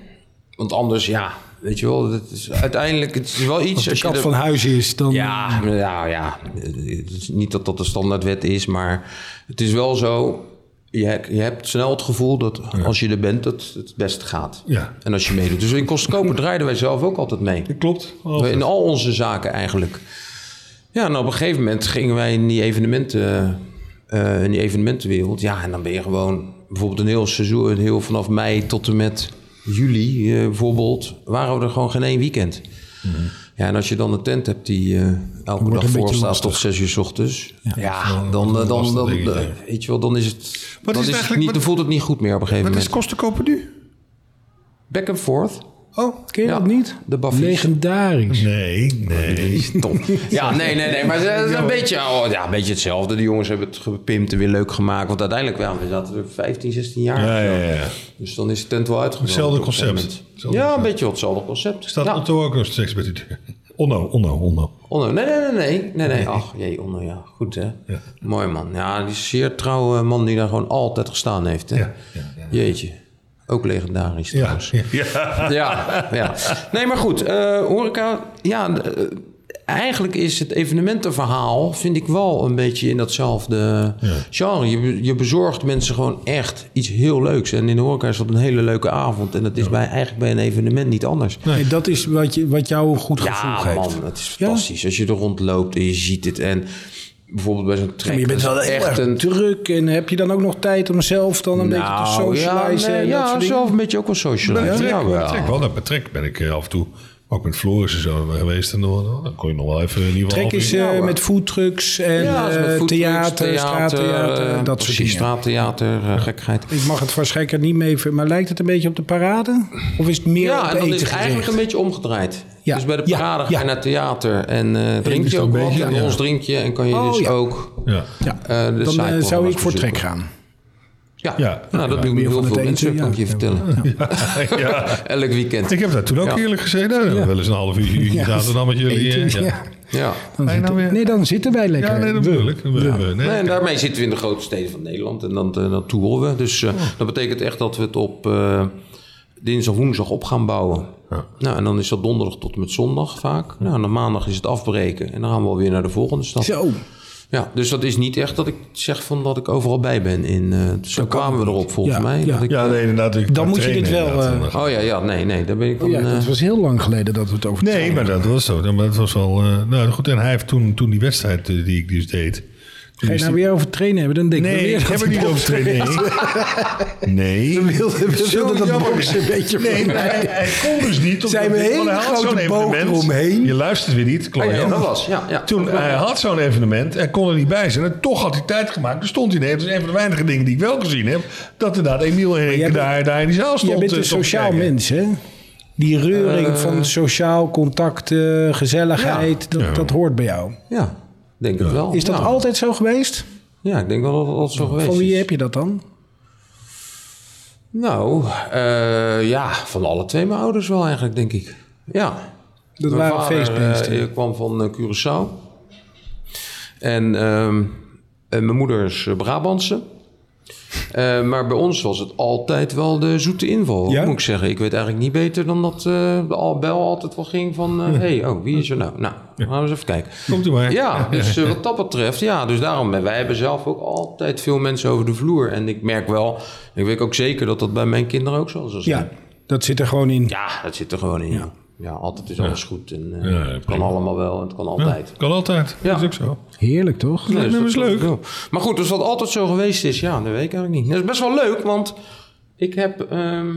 [SPEAKER 4] Want anders, ja, weet je wel. Het is uiteindelijk, het is wel iets.
[SPEAKER 1] Als de
[SPEAKER 4] je
[SPEAKER 1] kat
[SPEAKER 4] er-
[SPEAKER 1] van huis is, dan...
[SPEAKER 4] ja, nou ja, het is niet dat dat de standaardwet is, maar het is wel zo. Je, he- je hebt snel het gevoel dat als je er bent, dat het best gaat.
[SPEAKER 5] Ja.
[SPEAKER 4] En als je meedoet. Dus in Kostenkoper draaiden wij zelf ook altijd mee.
[SPEAKER 5] Klopt. Oh.
[SPEAKER 4] We- In al onze zaken eigenlijk. Ja, en op een gegeven moment gingen wij in die evenementen... eh, in die evenementenwereld. Ja, en dan ben je gewoon... Bijvoorbeeld een heel seizoen, een heel vanaf mei tot en met juli eh, bijvoorbeeld... waren we er gewoon geen één weekend.
[SPEAKER 5] Mhm.
[SPEAKER 4] Ja, en als je dan een tent hebt die eh, elke
[SPEAKER 1] een
[SPEAKER 4] dag
[SPEAKER 1] beetje
[SPEAKER 4] voor staat
[SPEAKER 1] lastig.
[SPEAKER 4] tot zes uur 's ochtends... Ja, dan,
[SPEAKER 5] dat
[SPEAKER 4] dan,
[SPEAKER 5] is
[SPEAKER 4] dan,
[SPEAKER 5] een lastig
[SPEAKER 4] dan-
[SPEAKER 5] dingetje.
[SPEAKER 4] eh, weet je wel, dan is het...
[SPEAKER 5] Wat
[SPEAKER 4] dan,
[SPEAKER 5] is
[SPEAKER 4] is het
[SPEAKER 5] eigenlijk-
[SPEAKER 4] niet,
[SPEAKER 5] wat-
[SPEAKER 4] dan voelt het niet goed meer op een gegeven
[SPEAKER 5] Wat is
[SPEAKER 4] moment.
[SPEAKER 5] kostenkoper nu?
[SPEAKER 4] Back and forth.
[SPEAKER 5] Oh.
[SPEAKER 1] Ken je
[SPEAKER 4] Ja,
[SPEAKER 1] dat niet?
[SPEAKER 4] de Baffies.
[SPEAKER 1] Legendarisch.
[SPEAKER 5] Nee, nee.
[SPEAKER 4] Top. Ja, nee, nee, nee. Maar het is een, beetje, oh, ja, een beetje hetzelfde. De jongens hebben het gepimpt en weer leuk gemaakt. Want uiteindelijk, ja, we zaten er 15, 16 jaar.
[SPEAKER 5] Ja, ja, ja.
[SPEAKER 4] Dus dan is de tent wel uitgekomen.
[SPEAKER 5] Hetzelfde
[SPEAKER 4] op een gegeven
[SPEAKER 5] concept.
[SPEAKER 4] moment.
[SPEAKER 5] Hetzelfde
[SPEAKER 4] ja, een
[SPEAKER 5] concept.
[SPEAKER 4] beetje hetzelfde concept.
[SPEAKER 5] Staat
[SPEAKER 4] ja.
[SPEAKER 5] Otto ook een seks met die deur? Onno, onno, onno.
[SPEAKER 4] Onno, nee, nee, nee, nee, nee, nee. Ach, jee, Onno, ja. Goed, hè. Mooi man. Ja, die zeer trouwe man die daar gewoon altijd gestaan heeft, hè.
[SPEAKER 5] Ja, ja, ja.
[SPEAKER 4] Jeetje. Ook legendarisch
[SPEAKER 5] Ja.
[SPEAKER 4] trouwens.
[SPEAKER 5] ja.
[SPEAKER 4] ja, ja. Nee, maar goed. eh, horeca, ja... de, eh, Eigenlijk is het evenementenverhaal, vind ik wel een beetje in datzelfde genre. Je, be- je bezorgt mensen gewoon echt iets heel leuks. En in de horeca is dat een hele leuke avond. En dat is bij, eigenlijk bij een evenement niet anders.
[SPEAKER 1] Nee, dat is wat, je, wat jou een goed gevoel
[SPEAKER 4] Ja,
[SPEAKER 1] geeft.
[SPEAKER 4] man, het is fantastisch. Als je er rondloopt en je ziet dit. En bijvoorbeeld bij zo'n trek.
[SPEAKER 1] Maar je bent
[SPEAKER 4] dat
[SPEAKER 1] wel
[SPEAKER 4] is
[SPEAKER 1] echt een druk. En heb je dan ook nog tijd om zelf dan een beetje te
[SPEAKER 4] Nou, ja,
[SPEAKER 1] socializen?
[SPEAKER 4] nee,
[SPEAKER 1] en dat
[SPEAKER 4] ja,
[SPEAKER 1] soort dingen?
[SPEAKER 4] zelf een beetje ook wel socializen.
[SPEAKER 5] Betrek,
[SPEAKER 4] Ja,
[SPEAKER 5] betrek wel. Naar betrek ben ik eh, af en toe. Ook met Floris en zo geweest. En dan dan kon je nog wel even in ieder geval...
[SPEAKER 1] Trek
[SPEAKER 5] half
[SPEAKER 1] is
[SPEAKER 5] uur-
[SPEAKER 1] eh,
[SPEAKER 4] hoor.
[SPEAKER 1] met foodtrucks en
[SPEAKER 4] dus
[SPEAKER 1] eh,
[SPEAKER 4] met foodtrucks,
[SPEAKER 1] theater, straattheater,
[SPEAKER 4] eh,
[SPEAKER 1] dat soort
[SPEAKER 4] precies,
[SPEAKER 1] dingen.
[SPEAKER 4] straattheater, eh, gekheid.
[SPEAKER 1] Ik mag het waarschijnlijk niet mee, ver- maar lijkt het een beetje op de parade? Of is het meer op
[SPEAKER 4] Ja, en
[SPEAKER 1] eten
[SPEAKER 4] dan is het
[SPEAKER 1] gericht?
[SPEAKER 4] eigenlijk een beetje omgedraaid.
[SPEAKER 1] Ja,
[SPEAKER 4] Dus bij de
[SPEAKER 1] ja,
[SPEAKER 4] parade ga
[SPEAKER 1] ja.
[SPEAKER 4] je naar theater en eh, drink
[SPEAKER 5] dus
[SPEAKER 4] je
[SPEAKER 5] een
[SPEAKER 4] ook wat.
[SPEAKER 5] beetje,
[SPEAKER 4] En
[SPEAKER 5] ja.
[SPEAKER 4] ons drink je en kan je
[SPEAKER 1] Oh,
[SPEAKER 4] dus
[SPEAKER 1] ja.
[SPEAKER 4] ook...
[SPEAKER 5] Ja.
[SPEAKER 1] Ja,
[SPEAKER 4] eh, de
[SPEAKER 1] dan eh,
[SPEAKER 4] sideprogramma's
[SPEAKER 1] zou ik voor trek
[SPEAKER 4] bezoeken.
[SPEAKER 1] gaan.
[SPEAKER 4] Ja,
[SPEAKER 5] Ja.
[SPEAKER 4] nou, dat
[SPEAKER 5] Ja,
[SPEAKER 4] doen
[SPEAKER 1] meer
[SPEAKER 4] heel
[SPEAKER 1] van het
[SPEAKER 4] veel mensen,
[SPEAKER 1] eten,
[SPEAKER 4] kan
[SPEAKER 1] ja.
[SPEAKER 4] ik je vertellen.
[SPEAKER 5] ja.
[SPEAKER 4] Elk weekend.
[SPEAKER 5] Ik heb daar toen ook
[SPEAKER 4] Ja.
[SPEAKER 5] eerlijk gezegd. Nou, we hebben wel eens een half uurtje uurtje zaten dan met jullie. eh,
[SPEAKER 1] Eten,
[SPEAKER 5] ja.
[SPEAKER 1] ja.
[SPEAKER 4] Ja.
[SPEAKER 1] Dan
[SPEAKER 5] Ga je
[SPEAKER 1] zitten-
[SPEAKER 5] nou weer?
[SPEAKER 1] Nee, dan zitten wij lekker.
[SPEAKER 5] Ja, nee, dat bedoel ik. We- we- nee.
[SPEAKER 4] Nee, en daarmee zitten we in de grote steden van Nederland en dan, eh, dan toeren we. Dus eh, dat betekent echt dat we het op eh, dinsdag, woensdag op gaan bouwen. Nou, en dan is dat donderdag tot en met zondag vaak. Nou, en dan maandag is het afbreken en dan gaan we alweer naar de volgende stad.
[SPEAKER 1] Zo,
[SPEAKER 4] Ja, dus dat is niet echt dat ik zeg van dat ik overal bij ben. In, eh, zo kwamen we erop volgens
[SPEAKER 1] Ja,
[SPEAKER 4] mij.
[SPEAKER 1] ja.
[SPEAKER 4] Dat ik,
[SPEAKER 5] Ja, nee, inderdaad. ik-
[SPEAKER 1] Dan moet je dit wel,
[SPEAKER 5] inderdaad,
[SPEAKER 1] eh,
[SPEAKER 5] dan-
[SPEAKER 4] Oh ja, ja, nee, nee, daar ben ik dan...
[SPEAKER 1] Oh ja,
[SPEAKER 4] eh,
[SPEAKER 1] dat was heel lang geleden dat we het over
[SPEAKER 5] Nee, maar dat was zo. Maar dat was wel. eh, nou goed, en hij heeft toen, toen die wedstrijd eh, die ik dus deed.
[SPEAKER 1] Ga je nou weer over trainen hebben? Dan denk ik
[SPEAKER 5] Nee,
[SPEAKER 1] weer
[SPEAKER 5] ik
[SPEAKER 1] dat
[SPEAKER 5] heb er niet over training. Nee. Nee.
[SPEAKER 7] wilde, we wilden dat
[SPEAKER 5] jammer.
[SPEAKER 7] box een beetje
[SPEAKER 5] Nee,
[SPEAKER 7] voor-
[SPEAKER 5] hij, hij kon dus niet. omdat
[SPEAKER 7] Zijn we
[SPEAKER 5] hij-
[SPEAKER 7] hele
[SPEAKER 5] want hij had
[SPEAKER 7] grote
[SPEAKER 5] zo'n
[SPEAKER 7] boog
[SPEAKER 5] evenement.
[SPEAKER 7] eromheen?
[SPEAKER 5] Je luistert weer niet, Claudio.
[SPEAKER 4] Oh ja, dat was, ja, ja.
[SPEAKER 5] Toen, hij had zo'n evenement en kon er niet bij zijn. En toch had hij tijd gemaakt. Er stond hij. Nee, dat is een van de weinige dingen die ik wel gezien heb. Dat inderdaad Emiel Henrik
[SPEAKER 1] bent-
[SPEAKER 5] daar, daar in die zaal stond.
[SPEAKER 1] Jij bent
[SPEAKER 5] eh,
[SPEAKER 1] een
[SPEAKER 5] stond te
[SPEAKER 1] sociaal
[SPEAKER 5] kijken.
[SPEAKER 1] mens, hè? Die reuring
[SPEAKER 4] Eh.
[SPEAKER 1] van sociaal contact, eh, gezelligheid, dat, dat hoort bij jou.
[SPEAKER 4] Ja, denk het wel.
[SPEAKER 1] Is dat
[SPEAKER 4] ja.
[SPEAKER 1] altijd zo geweest?
[SPEAKER 4] Ja, ik denk wel dat dat altijd zo geweest
[SPEAKER 1] Van
[SPEAKER 4] is.
[SPEAKER 1] wie heb je dat dan?
[SPEAKER 4] Nou, eh, ja, van alle twee mijn ouders wel eigenlijk, denk ik. Ja.
[SPEAKER 1] Dat
[SPEAKER 4] Mijn
[SPEAKER 1] waren
[SPEAKER 4] vader,
[SPEAKER 1] feestbeesten.
[SPEAKER 4] eh, kwam van eh, Curaçao. En, ehm, en mijn moeder is eh, Brabantse. Eh, maar bij ons was het altijd wel de zoete inval,
[SPEAKER 1] Ja?
[SPEAKER 4] moet ik zeggen. Ik weet eigenlijk niet beter dan dat eh, de al- bel altijd wel ging van... eh, hey, oh, wie is er nou? Nou, gaan we eens even kijken.
[SPEAKER 5] Komt u maar.
[SPEAKER 4] Ja, dus eh, wat dat betreft, ja. Dus daarom, en wij hebben zelf ook altijd veel mensen over de vloer. En ik merk wel, ik weet ook zeker dat dat bij mijn kinderen ook zo zal zijn.
[SPEAKER 1] Ja, dat zit er gewoon in.
[SPEAKER 4] Ja, dat zit er gewoon in. Ja, ja altijd is alles goed. En eh,
[SPEAKER 5] Ja,
[SPEAKER 4] het kan
[SPEAKER 5] prima.
[SPEAKER 4] allemaal wel en het kan altijd.
[SPEAKER 5] Kan altijd.
[SPEAKER 4] Ja.
[SPEAKER 5] Dat is ook zo.
[SPEAKER 1] Heerlijk, toch?
[SPEAKER 4] Nee,
[SPEAKER 5] dat is leuk.
[SPEAKER 4] Maar goed, dus dat altijd zo geweest is, ja, dat weet ik eigenlijk niet. Dat is best wel leuk, want ik heb... ehm,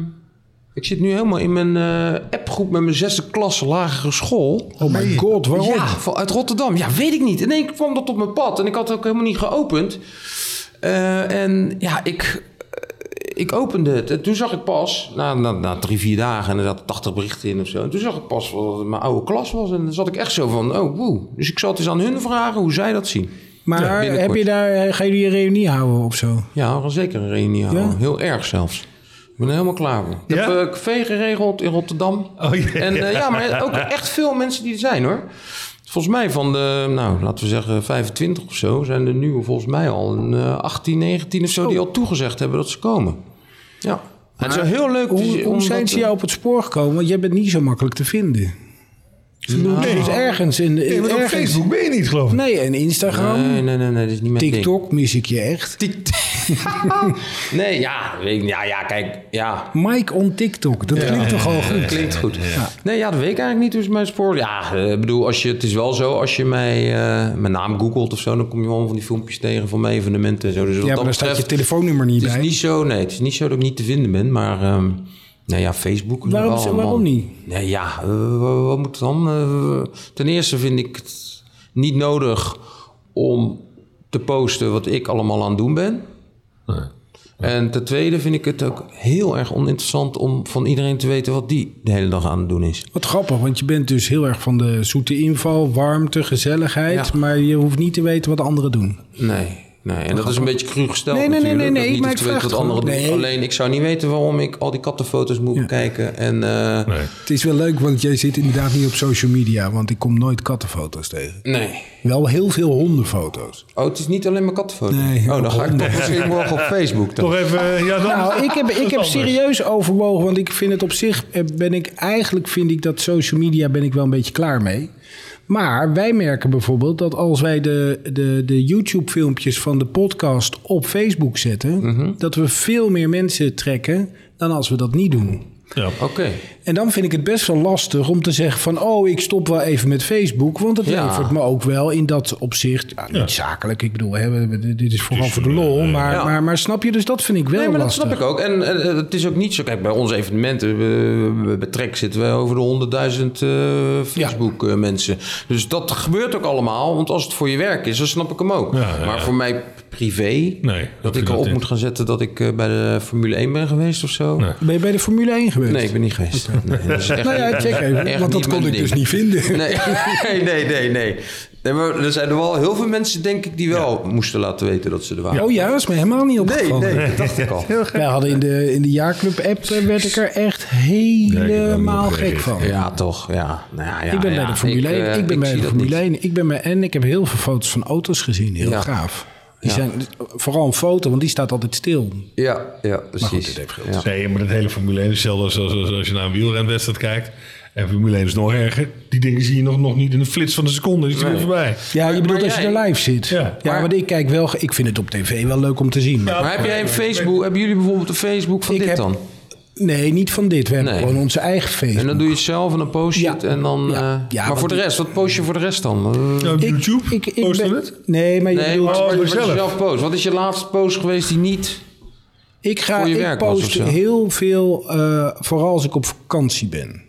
[SPEAKER 4] ik zit nu helemaal in mijn eh, appgroep met mijn zesde klasse lagere school.
[SPEAKER 1] Oh my god, waarom?
[SPEAKER 4] Ja, van, uit Rotterdam. Ja, weet ik niet. In één keer kwam dat op mijn pad. En ik had het ook helemaal niet geopend. Eh, en ja, ik, eh, ik opende het. En toen zag ik pas, na, na, na drie, vier dagen... en er zaten 80 berichten in of zo... en toen zag ik pas wat het mijn oude klas was. En dan zat ik echt zo van, oh, woe. Dus ik zal het eens aan hun vragen hoe zij dat zien. Ja,
[SPEAKER 1] Maar
[SPEAKER 4] binnenkort.
[SPEAKER 1] heb je daar, gaan jullie een reunie houden of zo?
[SPEAKER 4] Ja, we gaan zeker een reunie houden.
[SPEAKER 1] Ja?
[SPEAKER 4] Heel erg zelfs. Ik ben er helemaal klaar voor. Ik
[SPEAKER 5] Ja?
[SPEAKER 4] heb eh café geregeld in Rotterdam.
[SPEAKER 5] Oh, ja.
[SPEAKER 4] En eh, ja, maar ook echt veel mensen die er zijn hoor. Volgens mij van de, nou laten we zeggen 25 of zo, zijn er nu volgens mij al een eh, 18, 19 of zo
[SPEAKER 1] Oh.
[SPEAKER 4] die al toegezegd hebben dat ze komen. Ja. En het is wel heel leuk.
[SPEAKER 1] Hoe, hoe
[SPEAKER 4] omdat-
[SPEAKER 1] zijn ze jou op het spoor gekomen? Want jij bent niet zo makkelijk te vinden. Ze doen het dus ergens in...
[SPEAKER 5] Nee,
[SPEAKER 1] in
[SPEAKER 5] want op
[SPEAKER 1] ergens. Nou.
[SPEAKER 5] Facebook ben je niet, geloof ik.
[SPEAKER 1] Nee, en Instagram,
[SPEAKER 4] Nee, nee, nee, nee, dat is niet mijn ding.
[SPEAKER 1] TikTok mis ik je echt.
[SPEAKER 4] Nee, ja, weet ik- ja, ja, kijk, ja,
[SPEAKER 1] Mike on TikTok, dat klinkt toch al goed?
[SPEAKER 4] Dat klinkt goed. Nee, ja, dat weet ik eigenlijk niet. Dus mijn spoor. Ja, eh, ik bedoel, als je, het is wel zo. Als je mij, eh, mijn naam googelt of zo, dan kom je wel van die filmpjes tegen van mijn evenementen en zo. Dus wat
[SPEAKER 1] Ja,
[SPEAKER 4] dat
[SPEAKER 1] maar daar staat je
[SPEAKER 4] betreft,
[SPEAKER 1] telefoonnummer niet
[SPEAKER 4] het is
[SPEAKER 1] bij.
[SPEAKER 4] niet zo. Nee, het is niet zo dat ik niet te vinden ben. Maar, ehm nou ja, Facebook. is
[SPEAKER 1] Waarom-
[SPEAKER 4] wel een
[SPEAKER 1] waarom
[SPEAKER 4] man.
[SPEAKER 1] niet?
[SPEAKER 4] Nee, ja, eh, wa- wat moet het dan? Eh, ten eerste vind ik het niet nodig om te posten wat ik allemaal aan het doen ben. En ten tweede vind ik het ook heel erg oninteressant om van iedereen te weten wat die de hele dag aan het doen is.
[SPEAKER 1] Wat grappig, want je bent dus heel erg van de zoete inval, warmte, gezelligheid.
[SPEAKER 4] Ja.
[SPEAKER 1] Maar je hoeft niet te weten wat anderen doen.
[SPEAKER 4] Nee, nee. En dat is een beetje cru gesteld
[SPEAKER 1] Nee, nee, nee,
[SPEAKER 4] natuurlijk.
[SPEAKER 1] nee, nee,
[SPEAKER 4] Dat
[SPEAKER 1] maar
[SPEAKER 4] niet
[SPEAKER 1] ik
[SPEAKER 4] hoeft te
[SPEAKER 1] vraag
[SPEAKER 4] weten wat anderen
[SPEAKER 1] het
[SPEAKER 4] doen.
[SPEAKER 1] gewoon. Nee.
[SPEAKER 4] Alleen ik zou niet weten waarom ik al die kattenfoto's moet bekijken. En, eh, nee.
[SPEAKER 1] Het is wel leuk, want jij zit inderdaad niet op social media, want ik kom nooit kattenfoto's tegen. Wel heel veel hondenfoto's.
[SPEAKER 4] Oh, het is niet alleen maar kattenfoto's?
[SPEAKER 1] Nee,
[SPEAKER 4] oh, dan
[SPEAKER 1] ook
[SPEAKER 4] ga ik
[SPEAKER 1] honden.
[SPEAKER 4] toch misschien morgen op Facebook. Dan.
[SPEAKER 5] Nog even, eh, ja, dan.
[SPEAKER 1] Nou, ik heb,
[SPEAKER 5] Dat
[SPEAKER 1] ik
[SPEAKER 5] is
[SPEAKER 1] heb
[SPEAKER 5] anders.
[SPEAKER 1] serieus overwogen, want ik vind het op zich, eh, ben ik eigenlijk, vind ik dat social media, ben ik wel een beetje klaar mee. Maar wij merken bijvoorbeeld dat als wij de, de, de YouTube-filmpjes van de podcast op Facebook zetten,
[SPEAKER 5] Mhm.
[SPEAKER 1] dat we veel meer mensen trekken dan als we dat niet doen.
[SPEAKER 4] Oké.
[SPEAKER 1] En dan vind ik het best wel lastig om te zeggen van... oh, ik stop wel even met Facebook. Want het
[SPEAKER 4] Ja.
[SPEAKER 1] levert me ook wel in dat opzicht... Ja, niet zakelijk, ik bedoel, hè, we- we- dit is eh, vooral voor de lol. Maar,
[SPEAKER 4] ja.
[SPEAKER 1] maar, maar snap je, dus dat vind ik wel
[SPEAKER 4] Nee, maar dat
[SPEAKER 1] lastig.
[SPEAKER 4] snap ik ook. En eh, eh, het is ook niet zo. Kijk, bij onze evenementen, we, we betrek zitten we over de 100.000 eh, Facebook eh, mensen. Dus dat gebeurt ook allemaal. Want als het voor je werk is, dan snap ik hem ook.
[SPEAKER 5] ja,
[SPEAKER 4] maar
[SPEAKER 5] ja.
[SPEAKER 4] voor mij privé,
[SPEAKER 5] Nee,
[SPEAKER 4] dat
[SPEAKER 5] heb je
[SPEAKER 4] ik
[SPEAKER 5] dat
[SPEAKER 4] erop
[SPEAKER 5] niet.
[SPEAKER 4] moet gaan zetten dat ik eh, bij de Formule 1 ben geweest of zo. Nee,
[SPEAKER 5] Nee.
[SPEAKER 1] Ben je bij de Formule 1 geweest?
[SPEAKER 4] ik ben niet geweest. Nee, dat is echt
[SPEAKER 1] Nou ja,
[SPEAKER 4] niet-
[SPEAKER 1] check even,
[SPEAKER 4] echt
[SPEAKER 1] want dat
[SPEAKER 4] niet
[SPEAKER 1] kon
[SPEAKER 4] mijn
[SPEAKER 1] ik
[SPEAKER 4] ding.
[SPEAKER 1] dus niet vinden.
[SPEAKER 4] Nee, nee, nee, nee. nee. Nee, maar er zijn er wel heel veel mensen, denk ik, die wel moesten laten weten dat ze er waren.
[SPEAKER 1] Oh ja, dat is me helemaal niet
[SPEAKER 4] Nee,
[SPEAKER 1] opgevallen.
[SPEAKER 4] nee, dat dacht ik al.
[SPEAKER 1] Wij hadden in de, in de jaarclub-app... eh, werd ik er echt helemaal gek van.
[SPEAKER 4] Ja, toch. Ja. Nou, ja, ja,
[SPEAKER 1] Ik ben bij
[SPEAKER 4] ja.
[SPEAKER 1] de Formule 1. Ik,
[SPEAKER 4] eh,
[SPEAKER 1] ben bij
[SPEAKER 4] zie
[SPEAKER 1] de
[SPEAKER 4] dat
[SPEAKER 1] Formule
[SPEAKER 4] niet.
[SPEAKER 1] 1. Ik ben bij, en ik heb heel veel foto's van auto's gezien. Heel
[SPEAKER 4] Ja.
[SPEAKER 1] gaaf. Die
[SPEAKER 4] Ja.
[SPEAKER 1] zijn, vooral een foto, want die staat altijd stil.
[SPEAKER 4] Ja, ja precies.
[SPEAKER 1] dit heeft
[SPEAKER 4] Ja.
[SPEAKER 5] Nee, maar dat hele Formule 1 is hetzelfde als, als, als, als je naar een wielrenwedstrijd kijkt. En Formule 1 is nog erger. Die dingen zie je nog, nog niet in de flits van een seconde. Die is die weer voorbij.
[SPEAKER 1] Ja, je bedoelt
[SPEAKER 4] maar
[SPEAKER 1] als je
[SPEAKER 4] jij-
[SPEAKER 1] er live zit. Ja,
[SPEAKER 5] Ja.
[SPEAKER 4] Maar-
[SPEAKER 1] want ik kijk wel. Ik vind het op tv wel leuk om te zien.
[SPEAKER 4] Maar heb jij een Facebook? Hebben jullie bijvoorbeeld een Facebook van
[SPEAKER 1] Ik
[SPEAKER 4] dit
[SPEAKER 1] heb-
[SPEAKER 4] dan?
[SPEAKER 1] Nee, niet van dit. We hebben
[SPEAKER 4] Nee.
[SPEAKER 1] gewoon onze eigen feest.
[SPEAKER 4] En dan doe je het zelf en dan post je
[SPEAKER 1] Ja.
[SPEAKER 4] het. En
[SPEAKER 1] Ja.
[SPEAKER 4] dan, eh,
[SPEAKER 1] Ja,
[SPEAKER 4] maar
[SPEAKER 1] want
[SPEAKER 4] voor de
[SPEAKER 1] die-
[SPEAKER 4] rest, wat post je voor de rest dan? Eh,
[SPEAKER 5] Ja, YouTube?
[SPEAKER 1] Ik, ik, ik
[SPEAKER 5] Posten
[SPEAKER 1] ben,
[SPEAKER 5] we het?
[SPEAKER 1] Nee, maar je
[SPEAKER 4] nee,
[SPEAKER 1] bedoelt-
[SPEAKER 4] maar
[SPEAKER 5] Oh,
[SPEAKER 4] wat, wat
[SPEAKER 5] zelf.
[SPEAKER 4] je zelf post. Wat is je laatste post geweest die niet...
[SPEAKER 1] ik ga
[SPEAKER 4] voor je
[SPEAKER 1] ik
[SPEAKER 4] werk was of
[SPEAKER 1] post
[SPEAKER 4] zo.
[SPEAKER 1] heel veel, eh, vooral als ik op vakantie ben.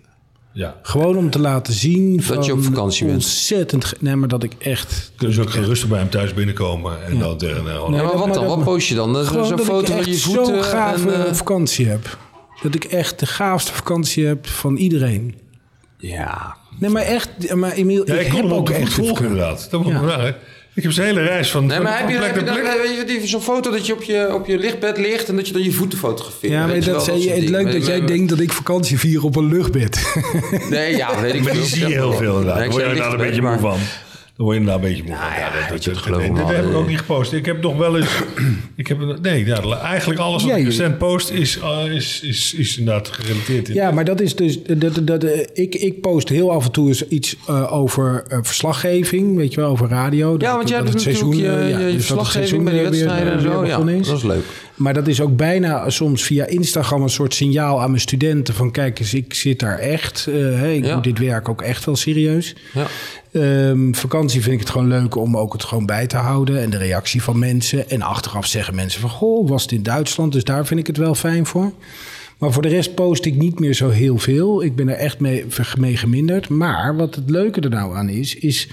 [SPEAKER 5] Ja.
[SPEAKER 1] Gewoon om te laten zien van
[SPEAKER 4] je op vakantie bent.
[SPEAKER 1] ontzettend, ge- nee, maar dat ik echt
[SPEAKER 5] Kunnen ze ook gewoon rustig bij hem thuis binnenkomen en dan tegen nou,
[SPEAKER 4] Ja, maar
[SPEAKER 1] dat-
[SPEAKER 4] wat
[SPEAKER 1] maar
[SPEAKER 4] dan?
[SPEAKER 1] dat-
[SPEAKER 4] Wat post je dan? Dat-
[SPEAKER 1] gewoon
[SPEAKER 4] Zo'n
[SPEAKER 1] dat
[SPEAKER 4] foto
[SPEAKER 1] ik
[SPEAKER 4] van
[SPEAKER 1] echt
[SPEAKER 4] je voeten.
[SPEAKER 1] zo'n gave
[SPEAKER 4] en, eh,
[SPEAKER 1] vakantie heb. Dat ik echt de gaafste vakantie heb van iedereen.
[SPEAKER 4] ja,
[SPEAKER 1] Nee, maar echt, maar Emiel,
[SPEAKER 5] Ja,
[SPEAKER 1] ik,
[SPEAKER 5] ik kon
[SPEAKER 1] heb
[SPEAKER 5] hem ook
[SPEAKER 1] echt
[SPEAKER 5] echt volgen inderdaad. Dat moet ik
[SPEAKER 1] Ja.
[SPEAKER 5] me vragen. Ik heb zijn hele reis van,
[SPEAKER 4] Nee, maar
[SPEAKER 5] van
[SPEAKER 4] heb je,
[SPEAKER 5] plek
[SPEAKER 4] heb je,
[SPEAKER 5] naar
[SPEAKER 4] dan, eh,
[SPEAKER 5] plek.
[SPEAKER 4] weet je, die- zo'n foto dat je op, je op je lichtbed ligt en dat je dan je voeten fotografeert?
[SPEAKER 1] Ja, maar
[SPEAKER 4] weet je
[SPEAKER 1] dat,
[SPEAKER 4] wel,
[SPEAKER 1] zei-
[SPEAKER 4] soort
[SPEAKER 1] het
[SPEAKER 4] dingen.
[SPEAKER 1] leuk dat
[SPEAKER 4] Met-
[SPEAKER 1] jij
[SPEAKER 4] met-
[SPEAKER 1] denkt dat ik vakantie vier op een luchtbed.
[SPEAKER 4] Nee, ja, weet ik
[SPEAKER 5] Maar
[SPEAKER 4] veel.
[SPEAKER 5] die
[SPEAKER 4] Ik
[SPEAKER 5] zie je
[SPEAKER 4] zeg
[SPEAKER 5] heel
[SPEAKER 4] wel.
[SPEAKER 5] veel
[SPEAKER 4] Nee,
[SPEAKER 5] inderdaad. Daar
[SPEAKER 4] ik
[SPEAKER 5] word je
[SPEAKER 4] zei
[SPEAKER 5] inderdaad een beetje
[SPEAKER 4] lichtbed,
[SPEAKER 5] moe
[SPEAKER 4] maar-
[SPEAKER 5] van. Dan word je inderdaad een beetje moe van.
[SPEAKER 4] ja, dat
[SPEAKER 5] dat-
[SPEAKER 4] je
[SPEAKER 5] dat-
[SPEAKER 4] het geloof
[SPEAKER 5] nee,
[SPEAKER 4] me
[SPEAKER 5] dat
[SPEAKER 4] al,
[SPEAKER 5] heb ik
[SPEAKER 4] eh.
[SPEAKER 5] ook niet gepost. Ik heb nog wel eens... ik heb, nee, ja, eigenlijk alles wat
[SPEAKER 1] Ja,
[SPEAKER 5] ik
[SPEAKER 1] je-
[SPEAKER 5] recent post is, eh, is, is, is inderdaad gerelateerd. in-
[SPEAKER 1] Ja, maar dat is dus. Dat, dat, dat, eh, ik, ik post heel af en toe eens iets eh, over eh, verslaggeving. Weet je wel, over radio. Dat-
[SPEAKER 4] Ja, want jij
[SPEAKER 1] dat
[SPEAKER 4] doet
[SPEAKER 1] het
[SPEAKER 4] natuurlijk je,
[SPEAKER 1] eh, ja, dus dat
[SPEAKER 4] je
[SPEAKER 1] het seizoen
[SPEAKER 4] verslaggeving bij de
[SPEAKER 1] weer- weer-
[SPEAKER 4] wedstrijden en
[SPEAKER 1] weer
[SPEAKER 4] zo. Ja,
[SPEAKER 1] begonnen
[SPEAKER 4] dat
[SPEAKER 1] is.
[SPEAKER 4] is leuk.
[SPEAKER 1] Maar dat is ook bijna soms via Instagram een soort signaal aan mijn studenten: van kijk eens, ik zit daar echt. eh, hè, ik
[SPEAKER 4] Ja.
[SPEAKER 1] doe dit werk ook echt wel serieus.
[SPEAKER 4] Ja.
[SPEAKER 1] Ehm, vakantie vind ik het gewoon leuk om ook het gewoon bij te houden. En de reactie van mensen. En achteraf zeggen mensen van... Goh, was het in Duitsland? Dus daar vind ik het wel fijn voor. Maar voor de rest post ik niet meer zo heel veel. Ik ben er echt mee, mee geminderd. Maar wat het leuke er nou aan is... is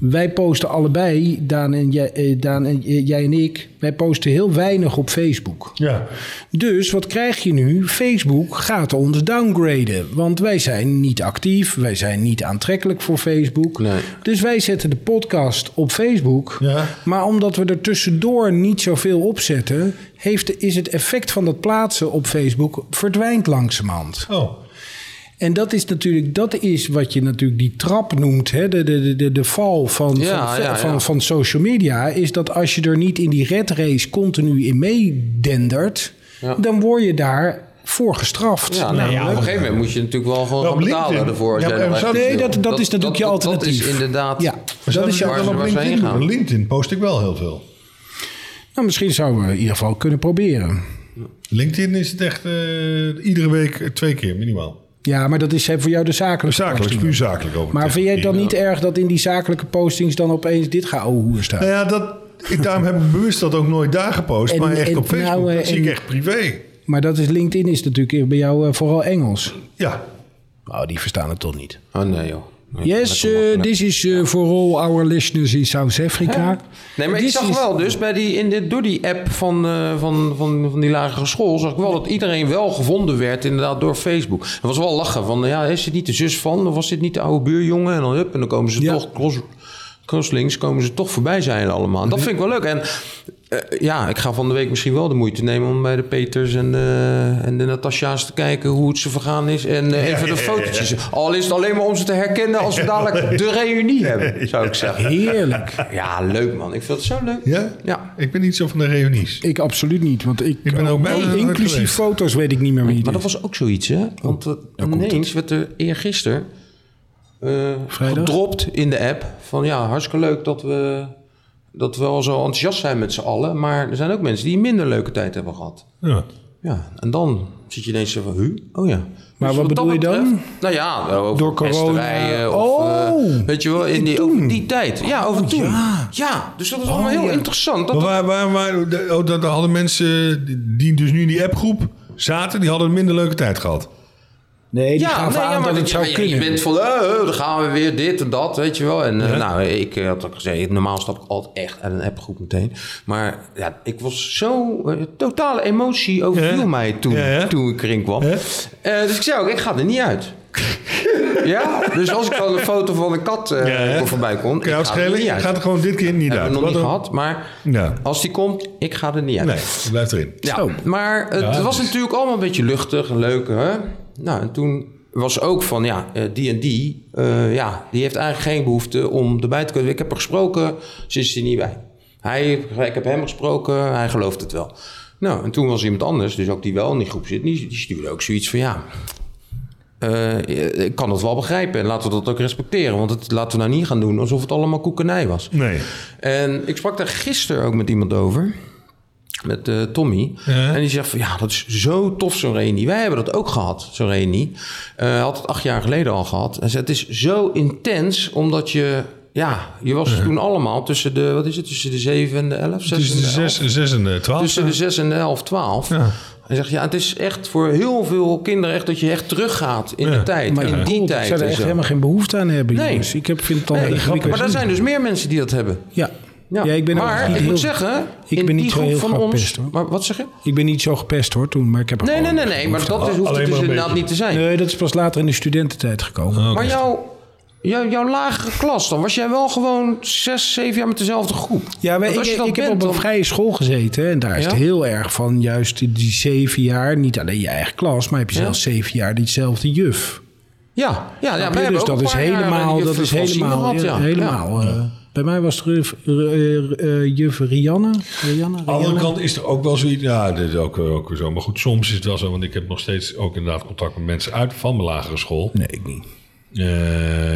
[SPEAKER 1] wij posten allebei, Daan en, jij, eh, Daan en eh, jij en ik... wij posten heel weinig op Facebook.
[SPEAKER 5] ja.
[SPEAKER 1] Dus wat krijg je nu? Facebook gaat ons downgraden. Want wij zijn niet actief, wij zijn niet aantrekkelijk voor Facebook.
[SPEAKER 4] Nee.
[SPEAKER 1] Dus wij zetten de podcast op Facebook.
[SPEAKER 5] Ja.
[SPEAKER 1] Maar omdat we er tussendoor niet zoveel op zetten, heeft, is het effect van dat plaatsen op Facebook verdwijnt langzamerhand.
[SPEAKER 5] Oh,
[SPEAKER 1] En dat is natuurlijk, dat is wat je natuurlijk die trap noemt. Hè? De, de, de, de, de val van,
[SPEAKER 4] Ja,
[SPEAKER 1] van,
[SPEAKER 4] ja, ja.
[SPEAKER 1] van, van social media. Is dat als je er niet in die red race continu in meedendert,
[SPEAKER 4] Ja.
[SPEAKER 1] dan word je daar voor gestraft.
[SPEAKER 4] Ja, nou, ja, op een gegeven moment moet je natuurlijk wel gewoon
[SPEAKER 5] Nou,
[SPEAKER 4] gaan
[SPEAKER 5] op
[SPEAKER 4] betalen
[SPEAKER 5] LinkedIn.
[SPEAKER 4] ervoor. als
[SPEAKER 5] Ja,
[SPEAKER 4] jij
[SPEAKER 5] maar
[SPEAKER 4] nog
[SPEAKER 5] zou-
[SPEAKER 4] echt
[SPEAKER 1] Nee,
[SPEAKER 4] wil.
[SPEAKER 1] dat, dat, is natuurlijk je alternatief.
[SPEAKER 4] Dat is inderdaad...
[SPEAKER 1] Ja, dat
[SPEAKER 5] zouden
[SPEAKER 1] is
[SPEAKER 5] ze
[SPEAKER 1] je
[SPEAKER 5] dan
[SPEAKER 4] waar
[SPEAKER 5] op
[SPEAKER 4] ze heen
[SPEAKER 5] LinkedIn doen?
[SPEAKER 4] gaan.
[SPEAKER 5] LinkedIn post ik wel heel veel.
[SPEAKER 1] Nou, misschien zouden we in ieder geval kunnen proberen.
[SPEAKER 5] LinkedIn is het echt eh, iedere week twee keer minimaal.
[SPEAKER 1] Ja, maar dat is hè, voor jou de zakelijke
[SPEAKER 5] Zakelijk,
[SPEAKER 1] posting.
[SPEAKER 5] puur zakelijk over.
[SPEAKER 1] Maar vind jij het dan niet erg dat in die zakelijke postings dan opeens dit geouwehoer staat?
[SPEAKER 5] Nou ja, dat, ik, daarom heb ik bewust dat ook nooit daar gepost,
[SPEAKER 1] En-
[SPEAKER 5] maar echt
[SPEAKER 1] en
[SPEAKER 5] op Facebook.
[SPEAKER 1] nou, eh,
[SPEAKER 5] dat zie ik
[SPEAKER 1] en-
[SPEAKER 5] echt privé.
[SPEAKER 1] Maar dat is LinkedIn is natuurlijk bij jou eh, vooral Engels.
[SPEAKER 5] Ja,
[SPEAKER 1] Nou, die verstaan het toch niet.
[SPEAKER 4] Oh, nee joh. Nee,
[SPEAKER 1] Yes,
[SPEAKER 4] lekker
[SPEAKER 1] uh,
[SPEAKER 4] makkelijk.
[SPEAKER 1] this is uh, for all our listeners in South Africa.
[SPEAKER 4] Nee, maar ik
[SPEAKER 1] This
[SPEAKER 4] zag
[SPEAKER 1] is-
[SPEAKER 4] wel dus bij die, in de, door die app van, eh, van, van, van die lagere school... zag ik wel dat iedereen wel gevonden werd inderdaad door Facebook. Er was wel lachen van, ja, is dit niet de zus van? Of was dit niet de oude buurjongen? En dan, hup, en dan komen ze
[SPEAKER 1] Ja.
[SPEAKER 4] toch cross, crosslinks, komen ze toch voorbij zijn allemaal. Dat vind ik wel leuk. En eh, ja, ik ga van de week misschien wel de moeite nemen... om bij de Peters en de, en de Natasja's te kijken hoe het ze vergaan is. En eh, even de fotootjes. Al is het alleen maar om ze te herkennen als we dadelijk de reunie hebben, zou ik zeggen.
[SPEAKER 1] Heerlijk.
[SPEAKER 4] Ja, leuk man. Ik vind het zo leuk.
[SPEAKER 5] ja?
[SPEAKER 4] Ja.
[SPEAKER 5] Ik ben niet zo van de reunies.
[SPEAKER 1] Ik absoluut niet, want ik, eh,
[SPEAKER 5] Ik ben ook bijna nooit
[SPEAKER 1] inclusief
[SPEAKER 5] geweest.
[SPEAKER 1] foto's weet ik niet meer wie het
[SPEAKER 4] Maar dat
[SPEAKER 1] is.
[SPEAKER 4] was ook zoiets, hè? Want eh, ineens werd er eergisteren eh
[SPEAKER 1] Vrijdag?
[SPEAKER 4] gedropt in de app van ja, hartstikke leuk dat we, dat we al zo enthousiast zijn met z'n allen. Maar er zijn ook mensen die een minder leuke tijd hebben gehad.
[SPEAKER 5] Ja.
[SPEAKER 4] Ja, en dan zit je ineens zo van, huh? Oh ja.
[SPEAKER 1] Maar
[SPEAKER 4] Dus
[SPEAKER 1] wat
[SPEAKER 4] dat
[SPEAKER 1] bedoel je dan?
[SPEAKER 4] betreft- nou ja, eh, over
[SPEAKER 1] Door corona.
[SPEAKER 4] pesterijen Of, eh,
[SPEAKER 1] Oh,
[SPEAKER 4] weet je wel, in die, over die tijd. Ja, over toen. Ja. dus
[SPEAKER 1] Oh,
[SPEAKER 4] dat is allemaal heel interessant. Dat
[SPEAKER 5] Maar waar, waar, waar, de- oh, dat daar hadden mensen die- die dus nu in die appgroep zaten, die hadden een minder leuke tijd gehad.
[SPEAKER 1] Nee, die
[SPEAKER 4] Ja,
[SPEAKER 1] gaven
[SPEAKER 4] nee, ja,
[SPEAKER 1] aan
[SPEAKER 4] maar
[SPEAKER 1] dat
[SPEAKER 4] dit-
[SPEAKER 1] het zou
[SPEAKER 4] ja,
[SPEAKER 1] kunnen.
[SPEAKER 4] Je bent van, eh, eh, dan gaan we weer dit en dat, weet je wel. En eh, nou, ik eh, had ook gezegd, normaal stap ik altijd echt uit een appgroep meteen. Maar ja, ik was zo, eh, totale emotie overviel
[SPEAKER 5] Ja.
[SPEAKER 4] mij toen,
[SPEAKER 5] Ja, ja.
[SPEAKER 4] toen ik erin kwam.
[SPEAKER 5] Ja.
[SPEAKER 4] Eh, dus ik zei ook, ik ga er niet uit. ja, dus als ik dan een foto van een kat eh,
[SPEAKER 5] Ja, hè?
[SPEAKER 4] voorbij kon,
[SPEAKER 5] Kun je
[SPEAKER 4] ik ga er
[SPEAKER 5] uitschelen?
[SPEAKER 4] niet uit.
[SPEAKER 5] Gaat er gewoon dit keer niet
[SPEAKER 4] Heb ik
[SPEAKER 5] uit.
[SPEAKER 4] nog niet
[SPEAKER 5] Wat een-
[SPEAKER 4] gehad, maar
[SPEAKER 5] Ja.
[SPEAKER 4] als die komt, ik ga er niet uit.
[SPEAKER 5] Nee, het blijft erin.
[SPEAKER 4] Ja, maar het
[SPEAKER 5] Ja,
[SPEAKER 4] was
[SPEAKER 5] dus-
[SPEAKER 4] natuurlijk allemaal een beetje luchtig en leuk. Hè? Nou, en toen was ook van, ja, eh, die en die, eh, ja, die heeft eigenlijk geen behoefte om erbij te kunnen. Ik heb er gesproken, ze is er niet bij. Hij, ik heb hem gesproken, hij gelooft het wel. Nou, en toen was iemand anders, dus ook die wel in die groep zit, die, die stuurde ook zoiets van, ja, eh, ik kan dat wel begrijpen en laten we dat ook respecteren. Want het, laten we nou niet gaan doen alsof het allemaal koekenij was.
[SPEAKER 5] Nee.
[SPEAKER 4] En ik sprak daar gisteren ook met iemand over. Met eh, Tommy.
[SPEAKER 5] Ja.
[SPEAKER 4] En die zegt van ja, dat is zo tof zo'n reunie. Wij hebben dat ook gehad, zo'n reunie. Eh had het acht jaar geleden al gehad. En zei, het is zo intens, omdat je... Ja, je was toen allemaal tussen de... Wat is het? Tussen de 7 en de 11?
[SPEAKER 5] Het is de
[SPEAKER 4] 6
[SPEAKER 5] zes, zes en de twaalf.
[SPEAKER 4] Tussen de 6 en de 11, 12.
[SPEAKER 5] Ja.
[SPEAKER 4] En zeg je, ja, het is echt voor heel veel kinderen echt dat je echt teruggaat in de tijd.
[SPEAKER 1] Maar
[SPEAKER 4] in
[SPEAKER 1] ik
[SPEAKER 4] die
[SPEAKER 1] bedoel, ik
[SPEAKER 4] tijd.
[SPEAKER 1] zou er
[SPEAKER 4] en
[SPEAKER 1] echt
[SPEAKER 4] zo.
[SPEAKER 1] helemaal geen behoefte aan hebben.
[SPEAKER 4] Nee.
[SPEAKER 1] jongens. Ik heb, vind het al
[SPEAKER 4] Nee,
[SPEAKER 1] ingewikkeld.
[SPEAKER 4] maar er zijn dus meer mensen die dat hebben.
[SPEAKER 1] Ja.
[SPEAKER 4] Ja.
[SPEAKER 1] Ja. ik ben ook
[SPEAKER 4] maar
[SPEAKER 1] niet
[SPEAKER 4] ik
[SPEAKER 1] heel-
[SPEAKER 4] moet zeggen,
[SPEAKER 1] ik ben
[SPEAKER 4] in die
[SPEAKER 1] niet zo
[SPEAKER 4] groep
[SPEAKER 1] heel
[SPEAKER 4] van
[SPEAKER 1] grappig
[SPEAKER 4] ons...
[SPEAKER 1] gepest, hoor.
[SPEAKER 4] Maar wat zeg je?
[SPEAKER 1] Ik ben niet zo gepest hoor toen, maar ik heb er
[SPEAKER 4] Nee, nee,
[SPEAKER 1] gewoon
[SPEAKER 4] nee, nee, maar dat is, hoeft
[SPEAKER 5] Alleen
[SPEAKER 4] het
[SPEAKER 5] maar
[SPEAKER 4] dus
[SPEAKER 5] een
[SPEAKER 4] inderdaad
[SPEAKER 5] beetje.
[SPEAKER 4] niet te zijn.
[SPEAKER 1] Nee, dat is pas later in de studententijd
[SPEAKER 5] Oh,
[SPEAKER 1] gekomen.
[SPEAKER 4] Maar jouw, jouw, jouw lagere klas dan, was jij wel gewoon zes, zeven jaar met dezelfde groep?
[SPEAKER 1] Ja, maar
[SPEAKER 4] Want
[SPEAKER 1] ik,
[SPEAKER 4] als je dat
[SPEAKER 1] ik heb
[SPEAKER 4] bent,
[SPEAKER 1] op een
[SPEAKER 4] dan-
[SPEAKER 1] vrije school gezeten. En daar is
[SPEAKER 4] Ja?
[SPEAKER 1] het heel erg van juist die- die zeven jaar. Niet alleen je eigen klas, maar heb je
[SPEAKER 4] Ja?
[SPEAKER 1] zelfs zeven jaar diezelfde juf.
[SPEAKER 4] Ja, ja, ja
[SPEAKER 1] Snap je? dus dat is helemaal, dat is helemaal, ja, helemaal. eh, bij mij was het juf, eh, eh, juf Rianne. Rianne, Rianne?
[SPEAKER 5] Aan de andere kant is er ook wel zoiets. Ja, dit is ook, eh, ook weer zo. Maar goed, soms is het wel zo. Want ik heb nog steeds ook inderdaad contact met mensen uit van mijn lagere school.
[SPEAKER 1] Nee, ik niet.
[SPEAKER 5] Eh,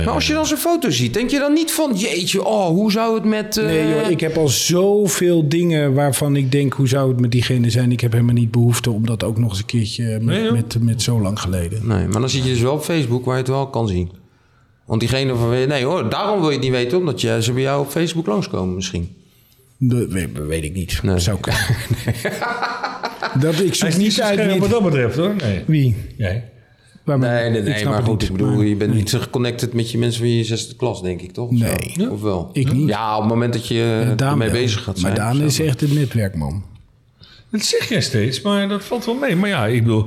[SPEAKER 4] Maar als je dan zo'n foto ziet, denk je dan niet van... Jeetje, oh, hoe zou het met... eh,
[SPEAKER 1] Nee, joh, ik heb al zoveel dingen waarvan ik denk... hoe zou het met diegene zijn? Ik heb helemaal niet behoefte om dat ook nog eens een keertje... eh, met,
[SPEAKER 5] Nee, joh.
[SPEAKER 1] met, met zo lang geleden.
[SPEAKER 4] Nee, maar dan zit je dus wel op Facebook waar je het wel kan zien. Want diegene van... Nee hoor, daarom wil je het niet weten. Omdat je, ze bij jou op Facebook langskomen misschien.
[SPEAKER 1] Dat weet, weet ik niet.
[SPEAKER 4] Nee.
[SPEAKER 1] Zou kunnen. dat, ik
[SPEAKER 5] hij
[SPEAKER 1] zoek
[SPEAKER 5] is
[SPEAKER 1] niet uit
[SPEAKER 5] verschenen
[SPEAKER 1] wie-
[SPEAKER 5] wat dat betreft hoor. Nee.
[SPEAKER 1] wie.
[SPEAKER 5] Nee.
[SPEAKER 1] Waar men- ik snap
[SPEAKER 4] maar
[SPEAKER 1] het
[SPEAKER 4] goed.
[SPEAKER 1] niet.
[SPEAKER 4] Ik bedoel,
[SPEAKER 1] Maar-
[SPEAKER 4] je bent niet geconnected met je mensen van je zesde klas, denk ik, toch? Of zo?
[SPEAKER 1] Nee.
[SPEAKER 4] Of wel?
[SPEAKER 1] Ik niet.
[SPEAKER 4] Ja, op het moment dat je
[SPEAKER 1] Daan
[SPEAKER 4] eh, ermee
[SPEAKER 1] wel.
[SPEAKER 4] bezig gaat zijn.
[SPEAKER 1] Maar Daan
[SPEAKER 4] of
[SPEAKER 1] is
[SPEAKER 4] zo.
[SPEAKER 1] echt het netwerkman.
[SPEAKER 5] Dat zeg jij steeds, maar dat valt wel mee. Maar ja, ik bedoel.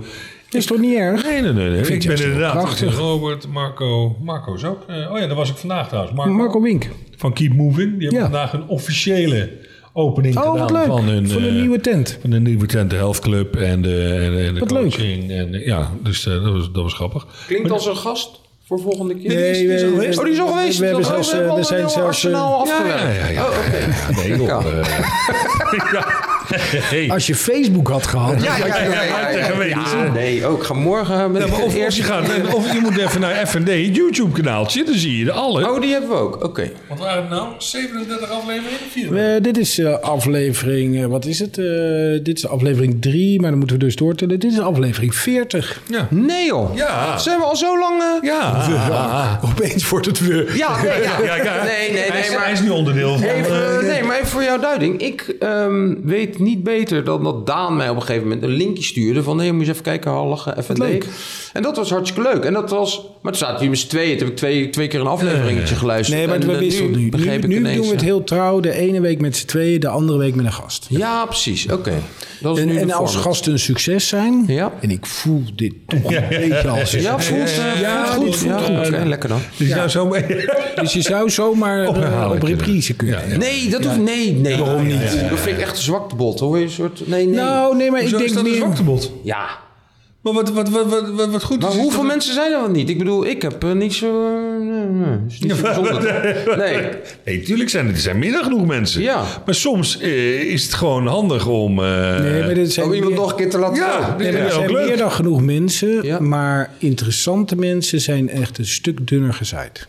[SPEAKER 1] Is toch niet erg?
[SPEAKER 5] Nee, nee, nee. nee. Ik,
[SPEAKER 1] vind
[SPEAKER 5] ben
[SPEAKER 1] het
[SPEAKER 5] inderdaad.
[SPEAKER 1] prachtig.
[SPEAKER 5] Robert, Marco. Marco is ook. eh, oh ja, daar was ik vandaag trouwens. Marco,
[SPEAKER 1] Marco Wink.
[SPEAKER 5] van Keep Moving. Die hebben
[SPEAKER 1] Ja.
[SPEAKER 5] vandaag een officiële opening
[SPEAKER 1] Oh,
[SPEAKER 5] gedaan
[SPEAKER 1] wat leuk.
[SPEAKER 5] van hun
[SPEAKER 1] Voor de
[SPEAKER 5] eh,
[SPEAKER 1] nieuwe tent.
[SPEAKER 5] Van de nieuwe tent, de Health Club en de, en, en de
[SPEAKER 1] Wat leuk.
[SPEAKER 5] coaching. En, eh, ja, dus eh, dat, was, dat was grappig.
[SPEAKER 4] Klinkt als een gast voor volgende keer.
[SPEAKER 1] Nee,
[SPEAKER 4] Die is- die is
[SPEAKER 1] we-
[SPEAKER 4] al geweest?
[SPEAKER 1] we-
[SPEAKER 4] oh, die is al geweest.
[SPEAKER 1] we hebben
[SPEAKER 4] Oh,
[SPEAKER 1] zelfs, eh,
[SPEAKER 4] al
[SPEAKER 1] we
[SPEAKER 4] een
[SPEAKER 1] zijn
[SPEAKER 4] heel
[SPEAKER 1] zelfs,
[SPEAKER 4] arsenaal afgewerkt.
[SPEAKER 5] ja. ja, nee, joh.
[SPEAKER 4] Ja.
[SPEAKER 5] eh,
[SPEAKER 1] Als je Facebook had gehad.
[SPEAKER 5] ja, ja, ja, ja, ja, ja.
[SPEAKER 4] nee, ook. ga morgen eh, met
[SPEAKER 5] Ja, maar
[SPEAKER 4] het
[SPEAKER 5] Of, of,
[SPEAKER 4] eerste
[SPEAKER 5] je gaat,
[SPEAKER 4] keer-
[SPEAKER 5] of je moet even naar FND, YouTube kanaaltje, dan zie je de alle.
[SPEAKER 4] Oh, die hebben we ook. Oké.
[SPEAKER 5] Wat waren het nou? 37 afleveringen? 4?
[SPEAKER 1] Eh, dit is eh, aflevering, eh, wat is het? Eh, dit is aflevering 3, maar dan moeten we dus doortellen. Dit is aflevering 40.
[SPEAKER 5] Ja.
[SPEAKER 4] Nee, joh.
[SPEAKER 5] Ja.
[SPEAKER 4] Zijn we al zo lang... eh,
[SPEAKER 5] Ja.
[SPEAKER 1] Opeens wordt het weer.
[SPEAKER 4] Ja, nee, ja. nee, nee,
[SPEAKER 5] Hij is-
[SPEAKER 4] nee, maar...
[SPEAKER 5] Hij is nu onderdeel van...
[SPEAKER 4] Even,
[SPEAKER 5] eh,
[SPEAKER 4] nee, maar even voor jouw duiding. Ik ehm, weet niet beter dan dat Daan mij op een gegeven moment een linkje stuurde. Van, hé, moet je eens even kijken, hallige FND. En dat was hartstikke leuk. En dat was... Maar het staat hier met z'n tweeën. Toen heb ik twee, twee keer een afleveringetje geluisterd.
[SPEAKER 1] Nee, maar
[SPEAKER 4] En,
[SPEAKER 1] we
[SPEAKER 4] eh,
[SPEAKER 1] wisselen nu. Nu,
[SPEAKER 4] begreep ik
[SPEAKER 1] nu
[SPEAKER 4] ineens,
[SPEAKER 1] doen we het
[SPEAKER 4] ja.
[SPEAKER 1] heel trouw. De ene week met z'n tweeën, de andere week met een gast.
[SPEAKER 4] Ja, precies. Oké. Dat is
[SPEAKER 1] En,
[SPEAKER 4] nu
[SPEAKER 1] en
[SPEAKER 4] de
[SPEAKER 1] als
[SPEAKER 4] format.
[SPEAKER 1] gasten een succes zijn.
[SPEAKER 4] Ja.
[SPEAKER 1] En ik voel dit toch een beetje als een
[SPEAKER 4] Ja, voelt, eh,
[SPEAKER 5] Ja,
[SPEAKER 4] voelt goed.
[SPEAKER 5] dit voelt
[SPEAKER 4] Ja,
[SPEAKER 5] goed.
[SPEAKER 4] oké, lekker dan.
[SPEAKER 5] Dus nou zo
[SPEAKER 1] Dus je zou zomaar eh,
[SPEAKER 5] Ophalen
[SPEAKER 1] op
[SPEAKER 5] kunnen.
[SPEAKER 1] reprise kunnen.
[SPEAKER 5] Ja, ja.
[SPEAKER 4] Nee, dat hoeft... Nee, nee. Waarom niet? Dat vind ik echt een zwaktebot. Hoor je een soort... Nee, nee.
[SPEAKER 1] Nou, nee, maar ik denk meer...
[SPEAKER 5] zwaktebod?
[SPEAKER 4] Ja.
[SPEAKER 5] Maar wat, wat, wat, wat, wat, wat goed
[SPEAKER 4] Maar
[SPEAKER 5] Dus is... is
[SPEAKER 4] hoeveel
[SPEAKER 5] dat-
[SPEAKER 4] mensen zijn er wel niet? Ik bedoel, ik heb eh, niet zo... eh, nee, nee, is niet zo bijzonder, toch? Nee.
[SPEAKER 5] Nee, tuurlijk zijn er, er zijn meer dan genoeg mensen.
[SPEAKER 4] Ja.
[SPEAKER 5] Maar soms eh, is het gewoon handig om... eh,
[SPEAKER 1] Nee, maar dit zijn
[SPEAKER 4] Om iemand
[SPEAKER 1] meer-
[SPEAKER 4] nog een keer te laten
[SPEAKER 5] Ja,
[SPEAKER 4] gaan.
[SPEAKER 5] dit
[SPEAKER 1] Nee, maar
[SPEAKER 5] is
[SPEAKER 1] er
[SPEAKER 5] ook
[SPEAKER 1] zijn
[SPEAKER 5] leuk.
[SPEAKER 1] meer dan genoeg mensen,
[SPEAKER 4] Ja.
[SPEAKER 1] maar interessante mensen zijn echt een stuk dunner gezaaid.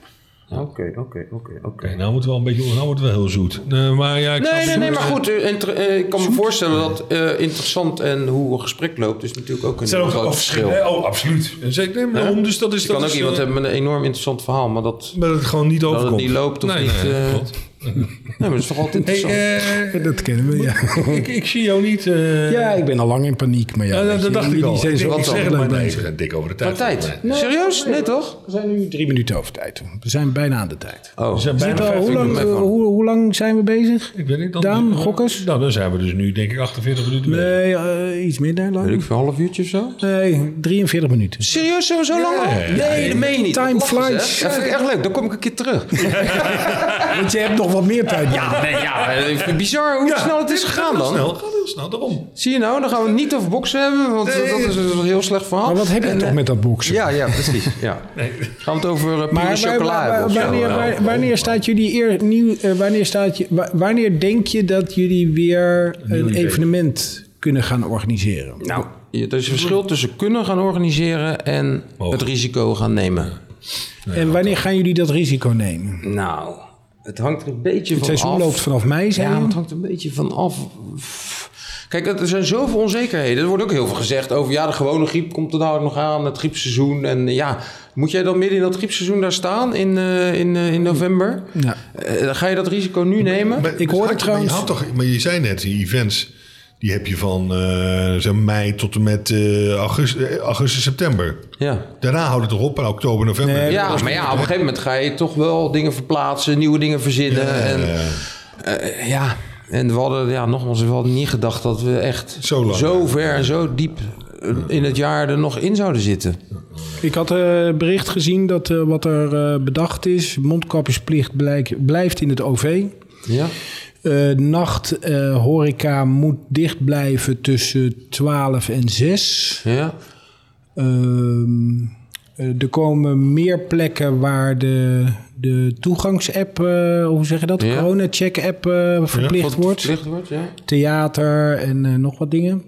[SPEAKER 4] Oké, oké, oké,
[SPEAKER 5] Oké,
[SPEAKER 4] oké.
[SPEAKER 5] nou moeten we wel een beetje... Nou wordt het wel heel zoet. Nee, maar, ja, ik snap
[SPEAKER 4] Nee, nee,
[SPEAKER 5] het.
[SPEAKER 4] nee, maar goed. eh, inter- eh, ik kan me voorstellen dat eh, interessant en hoe een gesprek loopt... is natuurlijk ook een
[SPEAKER 5] Het zijn ook
[SPEAKER 4] groot
[SPEAKER 5] ook
[SPEAKER 4] verschil.
[SPEAKER 5] verschillen. Oh, absoluut. En Zeker, nee, maar daarom, dus dat is...
[SPEAKER 4] Je
[SPEAKER 5] dat
[SPEAKER 4] kan ook
[SPEAKER 5] is,
[SPEAKER 4] iemand
[SPEAKER 5] eh,
[SPEAKER 4] hebben met een enorm interessant verhaal... maar dat,
[SPEAKER 5] Maar dat het gewoon niet
[SPEAKER 4] dat
[SPEAKER 5] overkomt.
[SPEAKER 4] het niet loopt of
[SPEAKER 5] Nee,
[SPEAKER 4] niet...
[SPEAKER 5] nee,
[SPEAKER 4] eh,
[SPEAKER 5] klopt.
[SPEAKER 4] nee, maar dat is toch altijd interessant.
[SPEAKER 5] Hey, eh,
[SPEAKER 1] Dat kennen we, ja.
[SPEAKER 5] ik, ik zie jou niet... eh,
[SPEAKER 1] Ja, ik ben al lang in paniek, maar ja.
[SPEAKER 5] Ja,
[SPEAKER 1] weet
[SPEAKER 5] dat,
[SPEAKER 1] je,
[SPEAKER 5] dat dacht
[SPEAKER 1] die-
[SPEAKER 5] ik al.
[SPEAKER 1] Die zijn
[SPEAKER 5] Ik
[SPEAKER 1] zo
[SPEAKER 5] denk, ik zeg
[SPEAKER 1] ontzettend
[SPEAKER 5] het maar
[SPEAKER 1] leuk
[SPEAKER 5] nee,
[SPEAKER 1] bezig.
[SPEAKER 5] we zijn dik over de
[SPEAKER 4] Wat
[SPEAKER 5] tijd.
[SPEAKER 4] tijd. Serieus? Nee, toch?
[SPEAKER 1] We zijn nu drie minuten over tijd. toe. We zijn bijna aan de tijd.
[SPEAKER 4] Oh,
[SPEAKER 5] zijn bijna
[SPEAKER 1] Wel, hoe,
[SPEAKER 5] vijf
[SPEAKER 1] lang,
[SPEAKER 5] minuten.
[SPEAKER 1] eh, hoe, hoe lang zijn we bezig?
[SPEAKER 5] Ik weet niet. Dan,
[SPEAKER 1] Daan, gokkers?
[SPEAKER 5] Nou, dan zijn we dus nu denk ik 48 minuten bezig.
[SPEAKER 1] Nee, eh, iets minder
[SPEAKER 4] weet ik
[SPEAKER 1] lang.
[SPEAKER 4] veel, een half uurtje of zo?
[SPEAKER 1] Nee, 43 minuten.
[SPEAKER 4] Serieus, zo, zo lang al? Nee, dat meen je niet.
[SPEAKER 1] Time
[SPEAKER 4] Lachen ze, hè?
[SPEAKER 1] flies.
[SPEAKER 4] Dat vind ik echt leuk, dan kom ik een keer terug.
[SPEAKER 1] Want je hebt nog wat meer tijd.
[SPEAKER 4] Ja, nee, ja, ik vind het Ah, bizar hoe snel het is gegaan
[SPEAKER 5] Heel
[SPEAKER 4] dan.
[SPEAKER 5] snel, gaat heel snel, daarom.
[SPEAKER 4] Zie je nou, dan gaan we het niet over boksen hebben, want dat is dus een heel slecht verhaal.
[SPEAKER 1] Maar wat heb je
[SPEAKER 4] En,
[SPEAKER 1] toch
[SPEAKER 4] eh,
[SPEAKER 1] met dat boksen?
[SPEAKER 4] Ja, ja, precies. Ja. Gaan we het over eh, pure
[SPEAKER 1] Maar waar-
[SPEAKER 4] chocola
[SPEAKER 1] waar-
[SPEAKER 4] hebben of
[SPEAKER 1] waar-
[SPEAKER 4] zo? eh.
[SPEAKER 1] wanneer,
[SPEAKER 4] Ja. Oh.
[SPEAKER 1] waar- wanneer staat jullie eer, nieuw, eh, wanneer, staat je, wa- wanneer denk je dat jullie weer een evenement kunnen gaan organiseren?
[SPEAKER 4] Nou, er is een verschil tussen kunnen gaan organiseren en het risico gaan nemen.
[SPEAKER 1] en wanneer gaan jullie dat risico nemen?
[SPEAKER 4] Nou, het hangt er een beetje
[SPEAKER 1] Het
[SPEAKER 4] van
[SPEAKER 1] seizoen
[SPEAKER 4] af.
[SPEAKER 1] loopt vanaf mei, zei
[SPEAKER 4] Ja,
[SPEAKER 1] je?
[SPEAKER 4] het hangt een beetje van af. Kijk, het- er zijn zoveel onzekerheden. Er wordt ook heel veel gezegd over... ja, de gewone griep komt er nou nog aan, het griepseizoen. En eh, ja, moet jij dan midden in dat griepseizoen daar staan in, eh, in, eh, in november?
[SPEAKER 1] Ja.
[SPEAKER 4] Eh, dan ga je dat risico nu nemen?
[SPEAKER 5] Maar-
[SPEAKER 1] Ik hoorde
[SPEAKER 5] maar
[SPEAKER 1] trouwens-
[SPEAKER 5] Je had toch, maar je zei net, die events, die heb je van eh, zeg, mei tot en met eh, augustus, eh, augustus, september.
[SPEAKER 4] Ja.
[SPEAKER 5] Daarna houdt het toch op, in oktober, november.
[SPEAKER 4] Ja, maar ja, op een gegeven moment ga je toch wel dingen verplaatsen, nieuwe dingen verzinnen. en, eh, ja. en we hadden ja, nogmaals, we hadden niet gedacht dat we echt
[SPEAKER 5] Zo lang.
[SPEAKER 4] ver en zo diep eh, in het jaar er nog in zouden zitten.
[SPEAKER 1] Ik had eh, bericht gezien dat eh, wat er eh, bedacht is, mondkapjesplicht blijk- blijft in het OV.
[SPEAKER 4] Ja?
[SPEAKER 1] Eh, nacht eh, horeca moet dicht blijven tussen 12 en 6.
[SPEAKER 4] Ja?
[SPEAKER 1] Ehm, eh, er komen meer plekken waar de, de toegangsapp, eh, hoe zeg je dat? De
[SPEAKER 4] Ja.
[SPEAKER 1] corona-check-app eh, verplicht wordt.
[SPEAKER 4] Verplicht wordt, ja.
[SPEAKER 1] Theater en eh, nog wat dingen.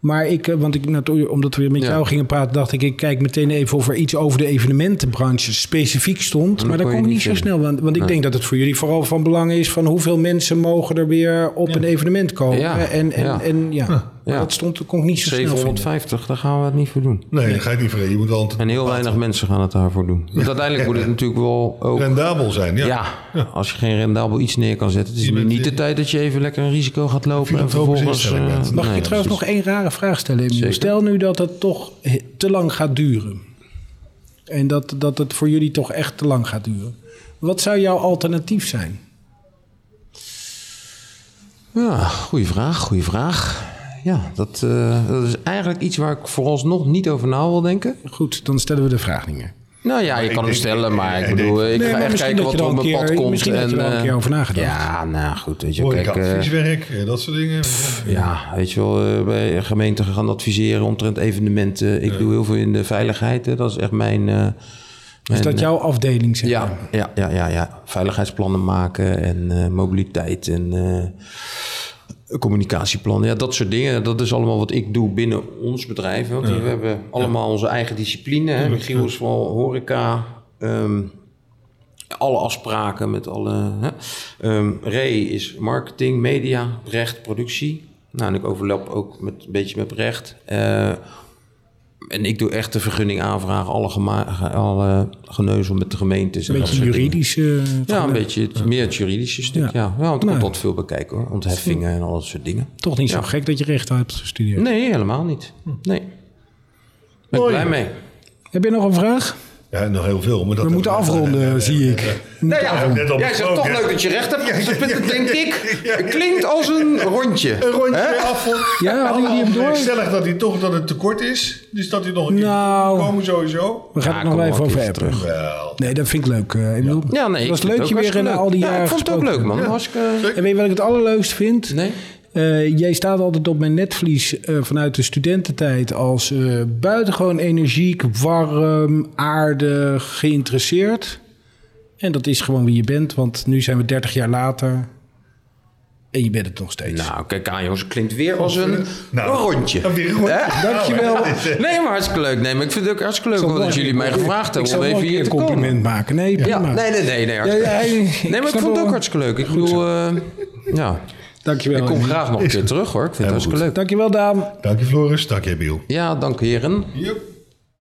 [SPEAKER 1] Maar ik, eh, want ik, natu- omdat we met
[SPEAKER 4] Ja.
[SPEAKER 1] jou gingen praten, dacht ik, ik kijk meteen even of er iets over de evenementenbranche specifiek stond. Maar
[SPEAKER 4] kon
[SPEAKER 1] daar
[SPEAKER 4] je
[SPEAKER 1] kom ik
[SPEAKER 4] niet
[SPEAKER 1] niet zo
[SPEAKER 4] vinden.
[SPEAKER 1] snel, want, want ik denk dat het voor jullie vooral van belang is van hoeveel mensen mogen er weer op een evenement komen. Eh,
[SPEAKER 4] Ja.
[SPEAKER 1] En, en,
[SPEAKER 4] Ja.
[SPEAKER 1] en ja, Maar
[SPEAKER 4] Ja.
[SPEAKER 1] dat stond, kon ik niet zo snel vinden.
[SPEAKER 4] 750, daar gaan we het niet voor doen.
[SPEAKER 5] Nee, dat ga je niet voor. Je moet wel
[SPEAKER 4] En heel weinig mensen gaan het daarvoor doen. Want uiteindelijk moet het natuurlijk wel ook...
[SPEAKER 5] rendabel zijn. Ja.
[SPEAKER 4] Ja, als je geen rendabel iets neer kan zetten. Het is
[SPEAKER 5] Je
[SPEAKER 4] nu
[SPEAKER 5] bent- eh,
[SPEAKER 4] niet de tijd dat je even lekker een risico gaat lopen. En
[SPEAKER 5] Filantropische
[SPEAKER 4] vervolgens...
[SPEAKER 5] instelling
[SPEAKER 4] eh,
[SPEAKER 5] bent.
[SPEAKER 1] Mag ik
[SPEAKER 4] nee,
[SPEAKER 1] je trouwens nog één rare vraag stellen? Emiel?
[SPEAKER 4] Zeker.
[SPEAKER 1] Stel nu dat het toch he- te lang gaat duren. En dat, dat het voor jullie toch echt te lang gaat duren. Wat zou jouw alternatief zijn?
[SPEAKER 4] Ja, goede vraag, goede vraag. Ja, dat, eh, dat is eigenlijk iets waar ik vooralsnog niet over na wil denken.
[SPEAKER 1] Goed, dan stellen we de vraag niet meer.
[SPEAKER 4] Nou ja, je
[SPEAKER 5] ik
[SPEAKER 4] kan hem
[SPEAKER 5] denk-
[SPEAKER 4] stellen, maar ik
[SPEAKER 5] ik
[SPEAKER 4] bedoel, ik
[SPEAKER 1] Nee,
[SPEAKER 4] ga
[SPEAKER 1] maar
[SPEAKER 4] echt
[SPEAKER 1] misschien
[SPEAKER 4] kijken
[SPEAKER 1] dat
[SPEAKER 4] wat
[SPEAKER 1] je
[SPEAKER 4] er
[SPEAKER 1] er
[SPEAKER 4] op
[SPEAKER 1] een
[SPEAKER 4] mijn pad
[SPEAKER 1] keer-
[SPEAKER 4] komt.
[SPEAKER 1] misschien dat je er wel een
[SPEAKER 4] eh,
[SPEAKER 1] keer over nagedacht
[SPEAKER 4] Ja, nou goed, weet je,
[SPEAKER 5] Hoor
[SPEAKER 4] kijk...
[SPEAKER 5] ik
[SPEAKER 4] eh,
[SPEAKER 5] advieswerk, eh, dat soort dingen.
[SPEAKER 4] ja, weet je wel, eh, bij gemeenten gaan adviseren omtrent evenementen. Ik doe heel veel in de veiligheid, hè. dat is echt mijn...
[SPEAKER 1] Is
[SPEAKER 4] eh, mijn,
[SPEAKER 1] Dus dat jouw afdeling? Zeg
[SPEAKER 4] eh, Ja,
[SPEAKER 1] maar?
[SPEAKER 4] ja, ja, ja, ja. Veiligheidsplannen maken en eh, mobiliteit en eh, communicatieplannen. Ja, dat soort dingen. Dat is allemaal wat ik doe binnen ons bedrijf. Want we hebben allemaal onze eigen discipline. Hè. Michiel is vooral horeca. ehm, alle afspraken met alle... Hè. Ehm, Ray is marketing, media, recht, productie. Nou, en ik overlap ook met, een beetje met recht. Eh, en ik doe echt de vergunning aanvragen, alle, gema- ge- alle geneuzel met de gemeentes. en
[SPEAKER 1] Een
[SPEAKER 4] dat
[SPEAKER 1] beetje
[SPEAKER 4] soort dingen.
[SPEAKER 1] juridische.
[SPEAKER 4] Ja, een beetje het, meer het juridische stuk.
[SPEAKER 1] Ja.
[SPEAKER 4] Ja, ja. want er
[SPEAKER 1] Nou.
[SPEAKER 4] komt wat veel bekijken hoor. Ontheffingen en al dat soort dingen.
[SPEAKER 1] Toch niet zo
[SPEAKER 4] Ja.
[SPEAKER 1] gek dat je recht hebt gestudeerd.
[SPEAKER 4] Nee, helemaal niet. Nee. Ben ik blij mee.
[SPEAKER 1] Heb je nog een vraag?
[SPEAKER 5] Ja, nog heel veel. Maar dat
[SPEAKER 1] We moeten afronden, zie ik.
[SPEAKER 4] Nou ja,
[SPEAKER 5] net al
[SPEAKER 4] jij zegt toch
[SPEAKER 5] besproken, hè?
[SPEAKER 4] leuk dat je recht hebt. Dat denk ik. Het klinkt als een rondje.
[SPEAKER 5] Een rondje weer af.
[SPEAKER 1] Ja, hadden jullie hem door?
[SPEAKER 5] Stellig dat hij toch dat het tekort is. Dus dat hij nog een
[SPEAKER 1] Nou.
[SPEAKER 5] keer komen sowieso.
[SPEAKER 1] We gaan
[SPEAKER 4] Ja,
[SPEAKER 1] het nog
[SPEAKER 4] kom
[SPEAKER 1] wel even
[SPEAKER 4] op,
[SPEAKER 1] over
[SPEAKER 4] even
[SPEAKER 1] hebben.
[SPEAKER 4] terug.
[SPEAKER 5] Wel.
[SPEAKER 1] Nee, dat vind ik leuk, eh, Emiel.
[SPEAKER 4] Ja, nee. ik
[SPEAKER 1] was
[SPEAKER 4] vind het
[SPEAKER 1] leuk je
[SPEAKER 4] ook
[SPEAKER 1] weer in
[SPEAKER 4] hartstikke
[SPEAKER 1] al die
[SPEAKER 4] leuk. Ja,
[SPEAKER 1] jaren
[SPEAKER 4] ik vond het ook
[SPEAKER 1] gesproken
[SPEAKER 4] leuk man.
[SPEAKER 1] te
[SPEAKER 4] Hartstikke...
[SPEAKER 1] En weet je wat ik het allerleukst vind?
[SPEAKER 4] Nee?
[SPEAKER 1] Eh, jij staat altijd op mijn netvlies eh, vanuit de studententijd als eh, buitengewoon energiek, warm, aardig, geïnteresseerd. En dat is gewoon wie je bent, want nu zijn we 30 jaar later en je bent het nog steeds.
[SPEAKER 4] Nou, kijk aan jongens. Het klinkt weer als een,
[SPEAKER 5] Nou,
[SPEAKER 4] een rondje.
[SPEAKER 5] dan weer een rondje.
[SPEAKER 4] Hè?
[SPEAKER 5] Dankjewel.
[SPEAKER 4] Oh, Nee, maar hartstikke leuk. Nee, maar ik vind het ook hartstikke leuk dat jullie mij gevraagd
[SPEAKER 1] ik
[SPEAKER 4] hebben
[SPEAKER 1] zal
[SPEAKER 4] om
[SPEAKER 1] wel
[SPEAKER 4] even
[SPEAKER 1] een keer
[SPEAKER 4] hier
[SPEAKER 1] een
[SPEAKER 4] te komen.
[SPEAKER 1] compliment maken. Nee,
[SPEAKER 4] Ja,
[SPEAKER 1] prima.
[SPEAKER 4] nee, nee, nee. nee, hartstikke-
[SPEAKER 1] Ja, ja, ik- ik
[SPEAKER 4] nee, maar ik
[SPEAKER 1] snap
[SPEAKER 4] vond het
[SPEAKER 1] wel.
[SPEAKER 4] ook hartstikke leuk. Ik bedoel, eh, ja,
[SPEAKER 1] Dankjewel.
[SPEAKER 4] ik kom
[SPEAKER 1] Henry.
[SPEAKER 4] graag nog een keer terug hoor. Ik vind het hartstikke leuk.
[SPEAKER 1] Dankjewel, Daan.
[SPEAKER 5] Dank je Floris, dank je Biel.
[SPEAKER 4] Ja, dank heren.
[SPEAKER 5] Yep.